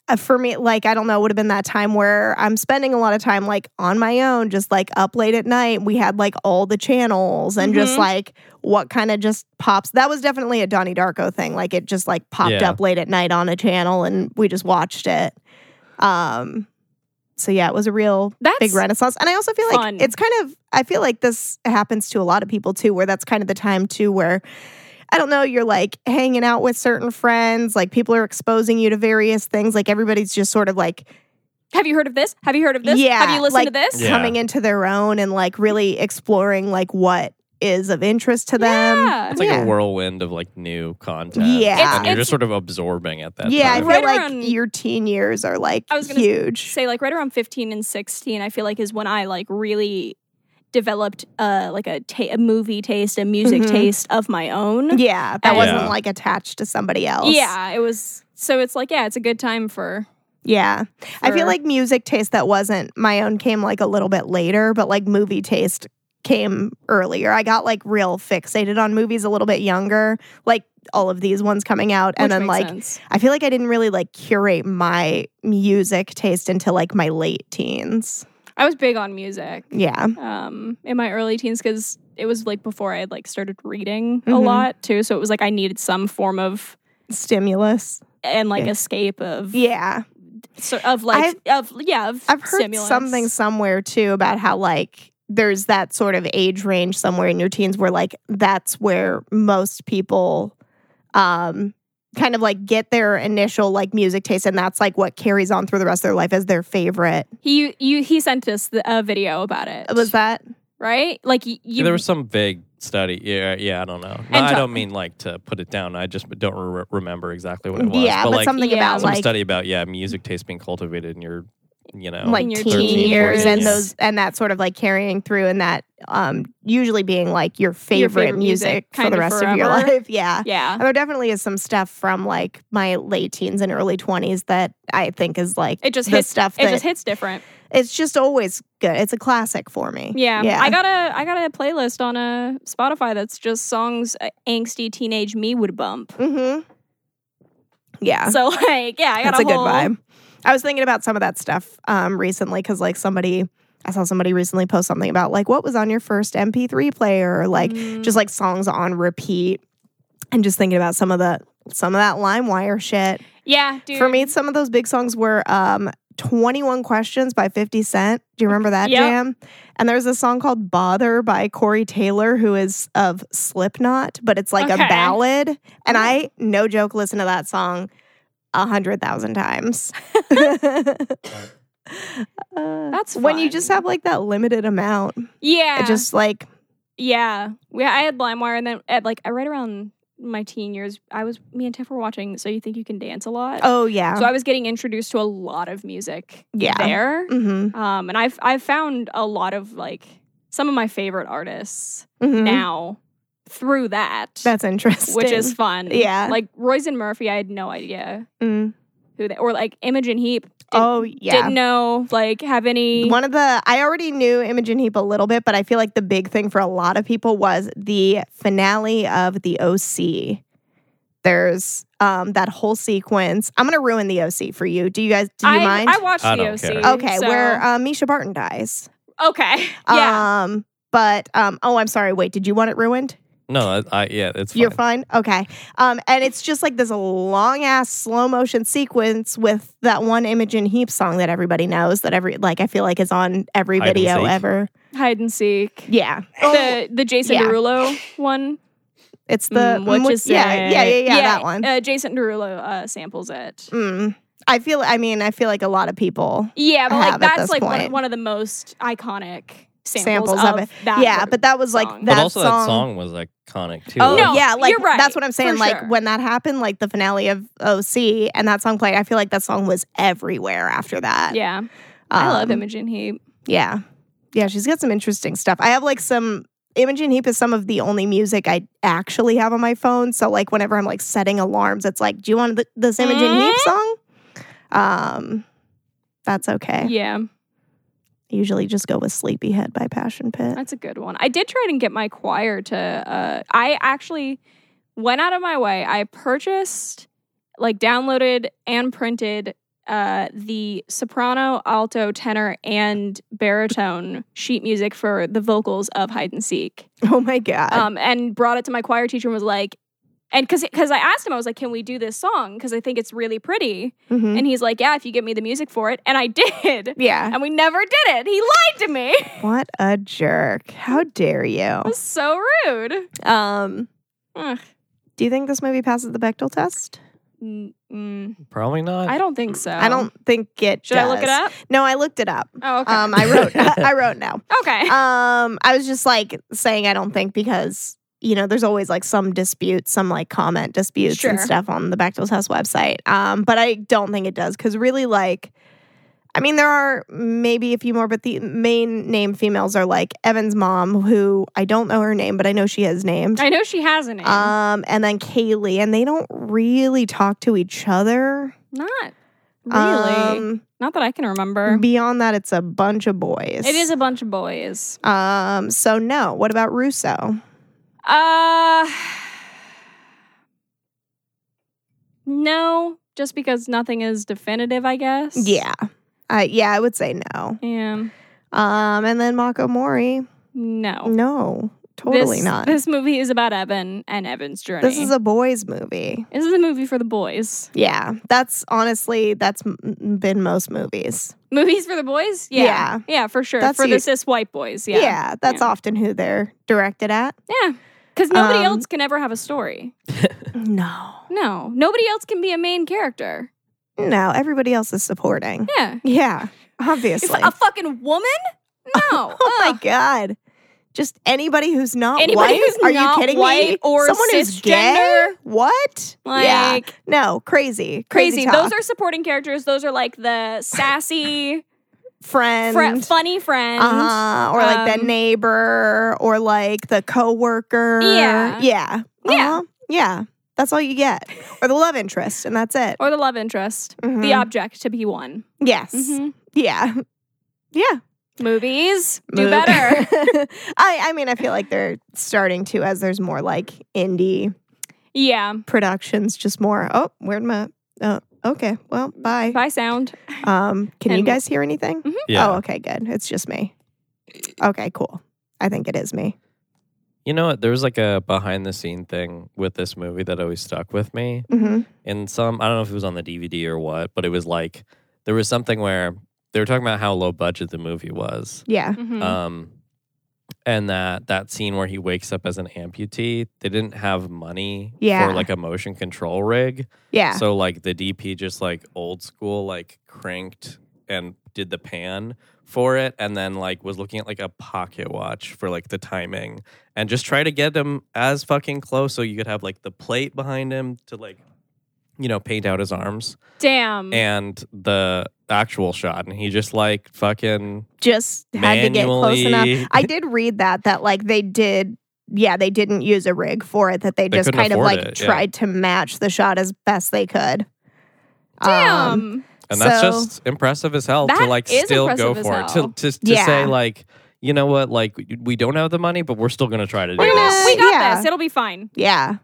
Speaker 7: uh, For me, like, I don't know, it would have been that time where I'm spending a lot of time, like, on my own, just like up late at night. We had like all the channels and
Speaker 4: Mhm.
Speaker 7: just like what kind of just pops. That was definitely a Donnie Darko thing. Like, it just like popped
Speaker 6: Yeah.
Speaker 7: up late at night on a channel and we just watched it. Um, so yeah, it was a real
Speaker 4: That's
Speaker 7: big renaissance. And I also feel like
Speaker 4: fun.
Speaker 7: it's kind of I feel like this happens to a lot of people too, where that's kind of the time too where I don't know, you're like hanging out with certain friends, like people are exposing you to various things. Like everybody's just sort of like
Speaker 4: Have you heard of this? Have you heard of this?
Speaker 7: Yeah,
Speaker 4: Have you listened
Speaker 7: like-
Speaker 4: to this?
Speaker 6: Yeah.
Speaker 7: coming into their own and like really exploring like what is of interest to them.
Speaker 4: Yeah.
Speaker 6: It's like
Speaker 7: Yeah.
Speaker 6: a whirlwind of like new content.
Speaker 7: Yeah. It's-
Speaker 6: and you're
Speaker 4: it's-
Speaker 6: just sort of absorbing at that.
Speaker 7: Yeah,
Speaker 6: time.
Speaker 7: I feel
Speaker 4: Right
Speaker 7: like
Speaker 4: around-
Speaker 7: your teen years are like
Speaker 4: I was gonna
Speaker 7: huge.
Speaker 4: say like right around 15 and 16 i feel like is when i like really developed uh like a, ta- a movie taste a music
Speaker 7: Mhm.
Speaker 4: taste of my own
Speaker 7: yeah,
Speaker 4: Yeah.
Speaker 7: that wasn't like attached to somebody else.
Speaker 4: yeah it was so it's like yeah it's a good time for
Speaker 7: Yeah. I
Speaker 4: for-
Speaker 7: feel like music taste that wasn't my own came like a little bit later, but like movie taste came earlier. I got like real fixated on movies a little bit younger, like all of these ones coming out. and
Speaker 4: Which
Speaker 7: then
Speaker 4: makes
Speaker 7: like
Speaker 4: sense.
Speaker 7: I feel like I didn't really like curate my music taste until like my late teens.
Speaker 4: I was big on music.
Speaker 7: Yeah.
Speaker 4: um, in my early teens because it was like before I had like started reading a
Speaker 7: Mhm.
Speaker 4: lot too. So it was like I needed some form of
Speaker 7: Stimulus.
Speaker 4: and like
Speaker 7: Yeah.
Speaker 4: escape of
Speaker 7: Yeah.
Speaker 4: so, of like of yeah of
Speaker 7: I've heard
Speaker 4: stimulus.
Speaker 7: something somewhere too about how like there's that sort of age range somewhere in your teens where like that's where most people um kind of like get their initial like music taste and that's like what carries on through the rest of their life as their favorite.
Speaker 4: He you he sent us the, a video about it.
Speaker 7: Was that
Speaker 4: right? Like y- you
Speaker 6: there was some vague study. Yeah, yeah, I don't know. No,
Speaker 4: And
Speaker 6: I
Speaker 4: to-
Speaker 6: don't mean like to put it down. I just don't re- remember exactly what it was.
Speaker 7: yeah, but,
Speaker 6: like
Speaker 7: something
Speaker 4: Yeah.
Speaker 7: about
Speaker 6: some
Speaker 7: like
Speaker 6: study about yeah, music taste being cultivated in your, you know,
Speaker 7: like
Speaker 4: in your
Speaker 7: teen
Speaker 6: 13,
Speaker 7: years
Speaker 6: 14,
Speaker 7: and
Speaker 6: yeah.
Speaker 7: those and that sort of like carrying through and that um usually being like your favorite,
Speaker 4: favorite music
Speaker 7: music, for
Speaker 4: kind
Speaker 7: the
Speaker 4: of
Speaker 7: rest of your
Speaker 4: forever.
Speaker 7: life. Yeah.
Speaker 4: yeah.
Speaker 7: There definitely is some stuff from like my late teens and early 20s that I think is like
Speaker 4: It just
Speaker 7: the
Speaker 4: hits
Speaker 7: stuff
Speaker 4: It
Speaker 7: that
Speaker 4: just hits different.
Speaker 7: it's just always good. It's a classic for me.
Speaker 4: Yeah.
Speaker 7: Yeah.
Speaker 4: I got a I got a playlist on a Spotify that's just songs uh, angsty teenage me would bump.
Speaker 7: mm-hmm. Yeah.
Speaker 4: So like yeah, I got
Speaker 7: That's a, good
Speaker 4: whole-
Speaker 7: vibe. I was thinking about some of that stuff um, recently because like somebody I saw somebody recently post something about like what was on your first MP3 player or like
Speaker 4: Mm.
Speaker 7: just like songs on repeat and just thinking about some of the some of that LimeWire shit.
Speaker 4: Yeah, dude.
Speaker 7: For me, some of those big songs were um, 21 Questions by 50 Cent. Do you remember that
Speaker 4: Yep.
Speaker 7: jam? And there's a song called Bother by Corey Taylor, who is of Slipknot, but it's like
Speaker 4: Okay. Oh.
Speaker 7: a ballad. And I, no joke, listen to that song a 100,000 times.
Speaker 4: That's
Speaker 7: when you
Speaker 4: fun.
Speaker 7: just have like that limited amount.
Speaker 4: Yeah.
Speaker 7: It just like,
Speaker 4: Yeah. Yeah, I had LimeWire and then at like right around my teen years, I was me and Tiff were watching So You Think You Can Dance a lot.
Speaker 7: oh yeah.
Speaker 4: So I was getting introduced to a lot of music
Speaker 7: Yeah.
Speaker 4: there.
Speaker 7: mm-hmm.
Speaker 4: Um and I've I've found a lot of like some of my favorite artists now through that.
Speaker 7: Mm-hmm. That's interesting.
Speaker 4: which is fun.
Speaker 7: Yeah.
Speaker 4: Like Royce and Murphy, I had no idea
Speaker 7: Mm.
Speaker 4: who they or like Imogen Heap. Didn't,
Speaker 7: oh yeah.
Speaker 4: didn't know, like have any
Speaker 7: One of the I already knew Imogen Heap a little bit, but I feel like the big thing for a lot of people was the finale of the OC. There's um that whole sequence. I'm gonna ruin the OC for you. Do you guys do you
Speaker 4: I,
Speaker 7: mind?
Speaker 4: I watched
Speaker 6: I
Speaker 4: the
Speaker 6: don't
Speaker 4: OC.
Speaker 6: care.
Speaker 7: okay, uh,
Speaker 4: so-
Speaker 7: where uh, Misha Barton dies.
Speaker 4: okay. Yeah.
Speaker 7: Um but um oh I'm sorry, wait, did you want it ruined?
Speaker 6: No, I, I yeah, it's fine.
Speaker 7: You're fine. Okay. Um, and it's just like this long ass slow motion sequence with that one Imogen Heap song that everybody knows that every like I feel like is on every
Speaker 6: Hide and
Speaker 7: video
Speaker 6: seek.
Speaker 7: ever.
Speaker 4: Hide and seek.
Speaker 7: Yeah.
Speaker 4: the the Jason
Speaker 7: yeah.
Speaker 4: Derulo one,
Speaker 7: It's the
Speaker 4: Mm, which
Speaker 7: mm,
Speaker 4: is
Speaker 7: yeah,
Speaker 4: sick.
Speaker 7: yeah, yeah, yeah, that one.
Speaker 4: Uh, Jason Derulo uh, samples it.
Speaker 7: Mm. I feel. I mean, I feel like a lot of people
Speaker 4: Yeah, but
Speaker 7: I
Speaker 4: like
Speaker 7: have at
Speaker 4: that's
Speaker 7: this
Speaker 4: like one,
Speaker 7: point.
Speaker 4: one of the most iconic samples,
Speaker 7: samples, of, it.
Speaker 4: That
Speaker 7: yeah,
Speaker 4: word-
Speaker 7: but that was like
Speaker 4: song.
Speaker 6: but
Speaker 7: that
Speaker 6: also
Speaker 7: song.
Speaker 6: that song was iconic too.
Speaker 4: Oh,
Speaker 6: Like,
Speaker 4: no.
Speaker 7: yeah, like
Speaker 4: you're right,
Speaker 7: that's what I'm saying.
Speaker 4: for
Speaker 7: Like
Speaker 4: sure.
Speaker 7: when that happened, like the finale of OC and that song played, I feel like that song was everywhere after that.
Speaker 4: yeah, I love
Speaker 7: Um,
Speaker 4: Imogen Heap.
Speaker 7: Yeah, yeah, she's got some interesting stuff. I have like some. Imogen Heap is some of the only music I actually have on my phone. So like whenever I'm like setting alarms, it's like, do you want th- this Imogen Heap
Speaker 4: Mm-hmm.
Speaker 7: song? Um, that's okay.
Speaker 4: Yeah,
Speaker 7: I usually just go with Sleepyhead by Passion Pit.
Speaker 4: that's a good one. I did try and get my choir to. Uh, I actually went out of my way. I purchased, like, downloaded and printed. Uh, the soprano, alto, tenor, and baritone sheet music for the vocals of Hide and Seek.
Speaker 7: Oh my god.
Speaker 4: um, and brought it to my choir teacher and was like, and because because I asked him, I was like, can we do this song? Because I think it's really pretty.
Speaker 7: Mhm.
Speaker 4: And he's like, yeah, if you give me the music for it. And I did.
Speaker 7: Yeah.
Speaker 4: And we never did it. He lied to me. It
Speaker 7: What a jerk. How dare you?
Speaker 4: was so rude.
Speaker 7: Um,
Speaker 4: Ugh.
Speaker 7: do you think this movie passes the Bechtel test?
Speaker 4: Mm, mm,
Speaker 6: probably not.
Speaker 4: I don't think so.
Speaker 7: I don't think it
Speaker 4: Should I look it
Speaker 7: does.
Speaker 4: up?
Speaker 7: No, I looked it up.
Speaker 4: Oh, okay.
Speaker 7: Um, I wrote I wrote no.
Speaker 4: okay.
Speaker 7: Um, I was just like saying I don't think because you know there's always like some disputes, some like comment disputes and
Speaker 4: Sure.
Speaker 7: stuff on the Bechtel test website. Um, but I don't think it does because really like. I mean, there are maybe a few more, but the main name females are like Evan's mom, who I don't know her name, but I know she is named.
Speaker 4: I know she has a name.
Speaker 7: Um, and then Kaylee, and they don't really talk to each other.
Speaker 4: Not really.
Speaker 7: Um,
Speaker 4: Not that I can remember.
Speaker 7: Beyond that, it's a bunch of boys.
Speaker 4: It is a bunch of boys.
Speaker 7: Um, so no. What about Russo?
Speaker 4: Uh No, just because nothing is definitive, I guess.
Speaker 7: Yeah. Uh, yeah, I would say no.
Speaker 4: Yeah.
Speaker 7: Um, and then Mako Mori.
Speaker 4: No.
Speaker 7: No, totally
Speaker 4: Oh. This-
Speaker 7: not. This,
Speaker 4: This movie is about Evan and Evan's journey.
Speaker 7: is a boys' movie.
Speaker 4: This is a movie for the boys.
Speaker 7: Yeah, that's honestly that's m- been most movies.
Speaker 4: Movies for the boys? Yeah.
Speaker 7: Yeah.
Speaker 4: Yeah, for sure.
Speaker 7: That's
Speaker 4: for
Speaker 7: you-
Speaker 4: the cis white boys.
Speaker 7: Yeah,
Speaker 4: Yeah.
Speaker 7: that's
Speaker 4: Yeah.
Speaker 7: often who they're directed at.
Speaker 4: Yeah. Because nobody
Speaker 7: Um,
Speaker 4: else can ever have a story.
Speaker 7: No,
Speaker 4: No. Nobody else can be a main character.
Speaker 7: no, everybody else is supporting.
Speaker 4: Yeah.
Speaker 7: Yeah,
Speaker 4: If
Speaker 7: obviously.
Speaker 4: a fucking woman? No.
Speaker 7: oh my
Speaker 4: Ugh.
Speaker 7: god. Just anybody who's not
Speaker 4: Anybody
Speaker 7: white?
Speaker 4: who's
Speaker 7: Are
Speaker 4: not
Speaker 7: you kidding me?
Speaker 4: white or
Speaker 7: Someone who's gay?
Speaker 4: cisgender?
Speaker 7: What?
Speaker 4: Like
Speaker 7: yeah. No, crazy.
Speaker 4: crazy.
Speaker 7: Crazy.
Speaker 4: Those are supporting characters. Those are like the sassy,
Speaker 7: friends.
Speaker 4: fr- funny friend.
Speaker 7: Uh-huh. Or like the
Speaker 4: Um,
Speaker 7: neighbor or like the coworker.
Speaker 4: Yeah.
Speaker 7: Yeah.
Speaker 4: Yeah.
Speaker 7: Uh-huh. Yeah. That's all you get. Or the love interest, and that's it.
Speaker 4: Or the love interest. The
Speaker 7: Mhm.
Speaker 4: object to be won.
Speaker 7: yes.
Speaker 4: Mhm.
Speaker 7: Yeah. Yeah.
Speaker 4: Movies do
Speaker 7: Move.
Speaker 4: better.
Speaker 7: I, I mean, I feel like they're starting to as there's more like indie
Speaker 4: yeah.
Speaker 7: productions, just more. Oh, where'd my. Oh, okay. Well, bye.
Speaker 4: By sound.
Speaker 7: Um, can you
Speaker 4: And-
Speaker 7: guys hear anything?
Speaker 6: Yeah.
Speaker 7: Oh, okay, good. It's just me. Okay, cool. I think it is me.
Speaker 6: You know what? There was like a behind the scene thing with this movie that always stuck with me.
Speaker 7: hmm
Speaker 6: in some I don't know if it was on the DVD or what, but it was like there was something where they were talking about how low budget the movie was.
Speaker 7: Yeah.
Speaker 4: Mhm.
Speaker 6: Um and that that scene where he wakes up as an amputee, they didn't have money
Speaker 7: Yeah.
Speaker 6: for like a motion control rig.
Speaker 7: Yeah.
Speaker 6: So like the DP just like old school like cranked and did the pan for it and then like was looking at like a pocket watch for like the timing and just try to get him as fucking close so you could have like the plate behind him to like you know paint out his arms
Speaker 7: Mm-hmm.
Speaker 4: Damn.
Speaker 6: and the actual shot and he just like fucking
Speaker 7: just had to get close enough.
Speaker 6: Manually.
Speaker 7: I did read that that like they did yeah, they didn't use a rig for it that they,
Speaker 6: They
Speaker 7: just
Speaker 6: couldn't
Speaker 7: kind of
Speaker 6: afford
Speaker 7: like
Speaker 6: it, yeah.
Speaker 7: tried to match the shot as best they could.
Speaker 4: Damn.
Speaker 7: Um,
Speaker 6: and that's
Speaker 7: So-
Speaker 6: just impressive as hell to
Speaker 4: That
Speaker 6: like
Speaker 4: is
Speaker 6: still go
Speaker 4: impressive as
Speaker 6: for it
Speaker 4: hell.
Speaker 6: to to, to
Speaker 7: Yeah.
Speaker 6: say like you know what like we don't have the money but we're still gonna try to do
Speaker 4: we
Speaker 7: gonna-
Speaker 6: this
Speaker 4: got, we got
Speaker 7: Yeah.
Speaker 4: this. It'll be fine.
Speaker 7: yeah.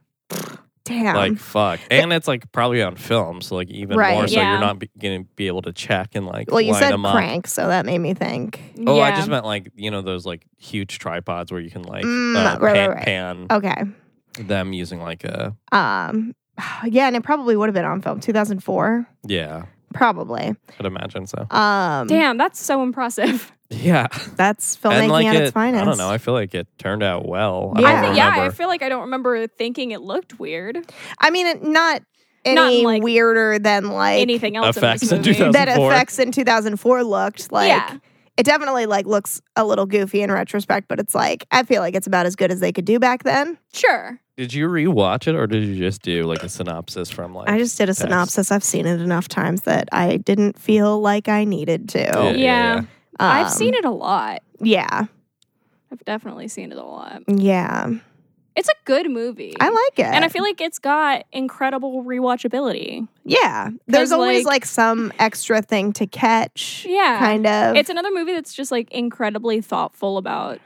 Speaker 7: Damn.
Speaker 6: like fuck and it's like probably on film so like even
Speaker 7: Right.
Speaker 6: more so
Speaker 4: Yeah.
Speaker 6: you're not be- gonna be able to check and like
Speaker 7: well, you
Speaker 6: line
Speaker 7: said
Speaker 6: them up.
Speaker 7: crank, so that made me think.
Speaker 6: oh
Speaker 4: yeah.
Speaker 6: i just meant like you know those like huge tripods where you can like
Speaker 7: Mm,
Speaker 6: uh,
Speaker 7: right, right,
Speaker 6: pan,
Speaker 7: right. Oh.
Speaker 6: pan
Speaker 7: Okay.
Speaker 6: them using like a
Speaker 7: Um yeah, and it probably would have been on film 2004,
Speaker 6: yeah
Speaker 7: probably.
Speaker 6: i'd imagine so
Speaker 7: Um
Speaker 4: Damn, that's so impressive.
Speaker 6: yeah
Speaker 7: that's filmmaking
Speaker 6: and like
Speaker 7: at
Speaker 6: it,
Speaker 7: its finest.
Speaker 6: I don't know. I feel like it turned out well.
Speaker 7: Yeah.
Speaker 6: I
Speaker 4: I
Speaker 6: don't
Speaker 4: think, yeah, I
Speaker 6: remember.
Speaker 4: feel like I don't remember thinking it looked weird.
Speaker 7: I mean, it- not any
Speaker 4: Not, like,
Speaker 7: weirder than like
Speaker 4: Anything else
Speaker 6: effects in
Speaker 4: in this
Speaker 6: 2000.
Speaker 4: movie.
Speaker 7: that
Speaker 6: 2004.
Speaker 7: effects in 2004 looked like
Speaker 4: Yeah.
Speaker 7: it definitely like looks a little goofy in retrospect but it's like i feel like it's about as good as they could do back then
Speaker 4: Sure.
Speaker 6: Did you rewatch it or did you just do like a synopsis from like?
Speaker 7: i just did a
Speaker 6: text?
Speaker 7: synopsis i've seen it enough times that i didn't feel like i needed to
Speaker 6: Yeah, yeah,
Speaker 4: Yeah.
Speaker 6: yeah.
Speaker 7: Um,
Speaker 4: I've seen it a lot.
Speaker 7: yeah
Speaker 4: I've definitely seen it a lot.
Speaker 7: yeah
Speaker 4: It's a good movie.
Speaker 7: i like it
Speaker 4: And I feel like it's got incredible rewatchability.
Speaker 7: yeah there's
Speaker 4: 'cause,
Speaker 7: always
Speaker 4: like-
Speaker 7: like some extra thing to catch
Speaker 4: Yeah.
Speaker 7: kind of
Speaker 4: It's another movie that's just like incredibly thoughtful about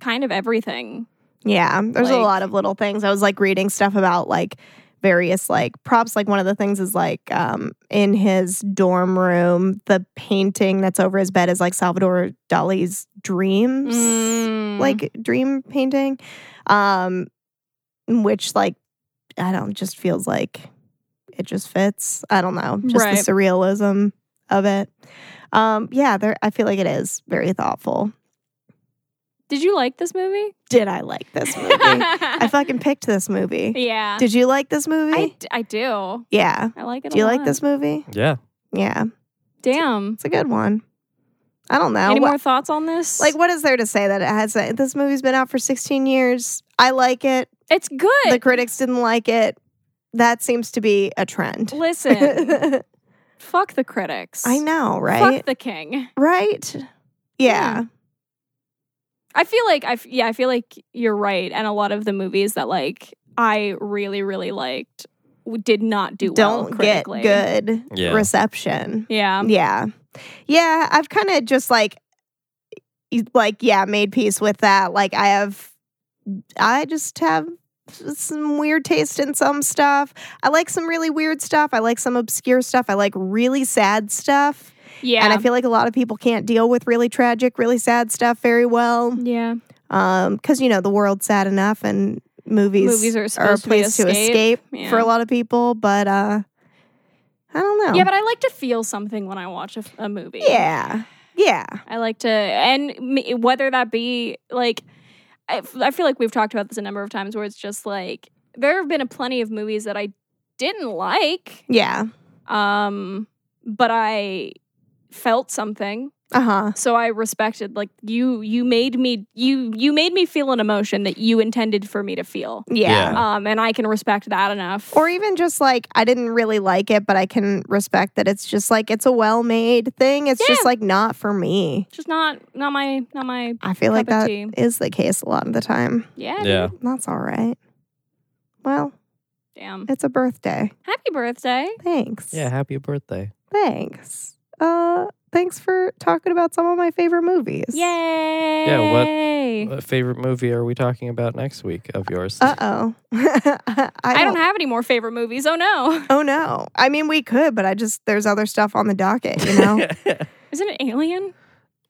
Speaker 4: kind of everything.
Speaker 7: Yeah, there's a
Speaker 4: Like-
Speaker 7: lot of little things. I was like reading stuff about like various like props. Like one of the things is like um in his dorm room, the painting that's over his bed is like Salvador Dali's dreams,
Speaker 4: Mm.
Speaker 7: Mm. like dream painting, um, which like I don't just feels like it just fits. I don't know, just
Speaker 4: Right.
Speaker 7: the surrealism of it. Um, yeah, there. I feel like it is very thoughtful.
Speaker 4: Did you like this movie?
Speaker 7: Did I like this movie? I fucking picked this movie.
Speaker 4: yeah.
Speaker 7: Did you like this movie?
Speaker 4: I, d- I do.
Speaker 7: yeah.
Speaker 4: I like it.
Speaker 7: Do you
Speaker 4: a
Speaker 7: like
Speaker 4: lot.
Speaker 7: this movie?
Speaker 6: Yeah.
Speaker 7: Yeah.
Speaker 4: Damn.
Speaker 7: It's a good one. I don't know.
Speaker 4: Any
Speaker 7: What-
Speaker 4: more thoughts on this?
Speaker 7: like what is there to say that it has this movie's been out for 16 years. I like it.
Speaker 4: it's good.
Speaker 7: The critics didn't like it. That seems to be a trend.
Speaker 4: Listen, fuck the critics.
Speaker 7: I know, right?
Speaker 4: Fuck the king.
Speaker 7: right? Yeah.
Speaker 4: I feel like I f- yeah, I feel like you're right and a lot of the movies that like I really really liked w- did not do well
Speaker 7: Don't get
Speaker 4: critically.
Speaker 7: good
Speaker 6: Yeah.
Speaker 7: reception.
Speaker 4: Yeah.
Speaker 7: Yeah. Yeah, I've kind of just like, y- like yeah, made peace with that. Like I have, I just have some weird taste in some stuff. I like some really weird stuff. I like some obscure stuff. I like really sad stuff.
Speaker 4: Yeah.
Speaker 7: And I feel like a lot of people can't deal with really tragic, really sad stuff very well.
Speaker 4: yeah.
Speaker 7: Um, because you know the world's sad enough, and movies
Speaker 4: Movies are
Speaker 7: are a
Speaker 4: supposed to be
Speaker 7: place to escape,
Speaker 4: escape. Yeah.
Speaker 7: for a lot of people. But uh, I don't know.
Speaker 4: Yeah, but I like to feel something when I watch a, a movie.
Speaker 7: yeah, yeah.
Speaker 4: I like to, and m- whether that be like, I, f- I feel like we've talked about this a number of times where it's just like, there have been a plenty of movies that I didn't like,
Speaker 7: Yeah.
Speaker 4: um, but I felt something.
Speaker 7: Uh huh.
Speaker 4: So I respected like you you made me you you made me feel an emotion that you intended for me to feel.
Speaker 7: Yeah.
Speaker 6: Yeah.
Speaker 4: Um and I can respect that enough.
Speaker 7: Or even just like I didn't really like it, but I can respect that it's just like it's a well-made thing. It's just
Speaker 4: Yeah.
Speaker 7: like not for me.
Speaker 4: just not not my not my
Speaker 7: I feel like
Speaker 4: Cup of
Speaker 7: that
Speaker 4: tea.
Speaker 7: is the case a lot of the time.
Speaker 4: yeah.
Speaker 6: Yeah.
Speaker 7: That's all right. Well,
Speaker 4: Damn.
Speaker 7: it's a birthday.
Speaker 4: Happy birthday.
Speaker 7: Thanks.
Speaker 6: Yeah, happy birthday.
Speaker 7: Thanks. Uh, thanks for talking about some of my favorite movies.
Speaker 4: Yay.
Speaker 6: what-
Speaker 4: I
Speaker 6: What favorite movie are we talking about next week of yours?
Speaker 7: Uh oh. I,
Speaker 4: don't, have any more favorite movies. Oh no.
Speaker 7: Oh no. I mean, we could, but I just there's other stuff on the docket. You know.
Speaker 4: Isn't it Alien?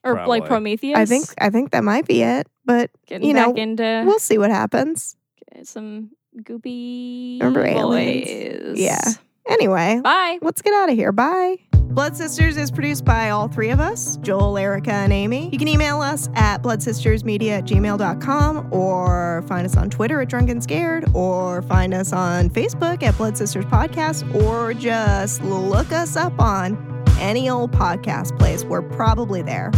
Speaker 4: Or
Speaker 6: Probably.
Speaker 4: like Prometheus?
Speaker 7: I think I think that might be it, but
Speaker 4: getting
Speaker 7: you know,
Speaker 4: back into
Speaker 7: we'll see what happens.
Speaker 4: some goopy
Speaker 7: Remember
Speaker 4: boys.
Speaker 7: Aliens? Yeah. Anyway,
Speaker 4: Bye.
Speaker 7: Let's get out of here. Bye. Blood Sisters is produced by all three of us Joel, Erica, and Amy. You can email us at bloodsistersmedia at gmail.com or find us on Twitter at Drunken Scared or find us on Facebook at Blood Sisters Podcast or just look us up on any old podcast place. We're probably there.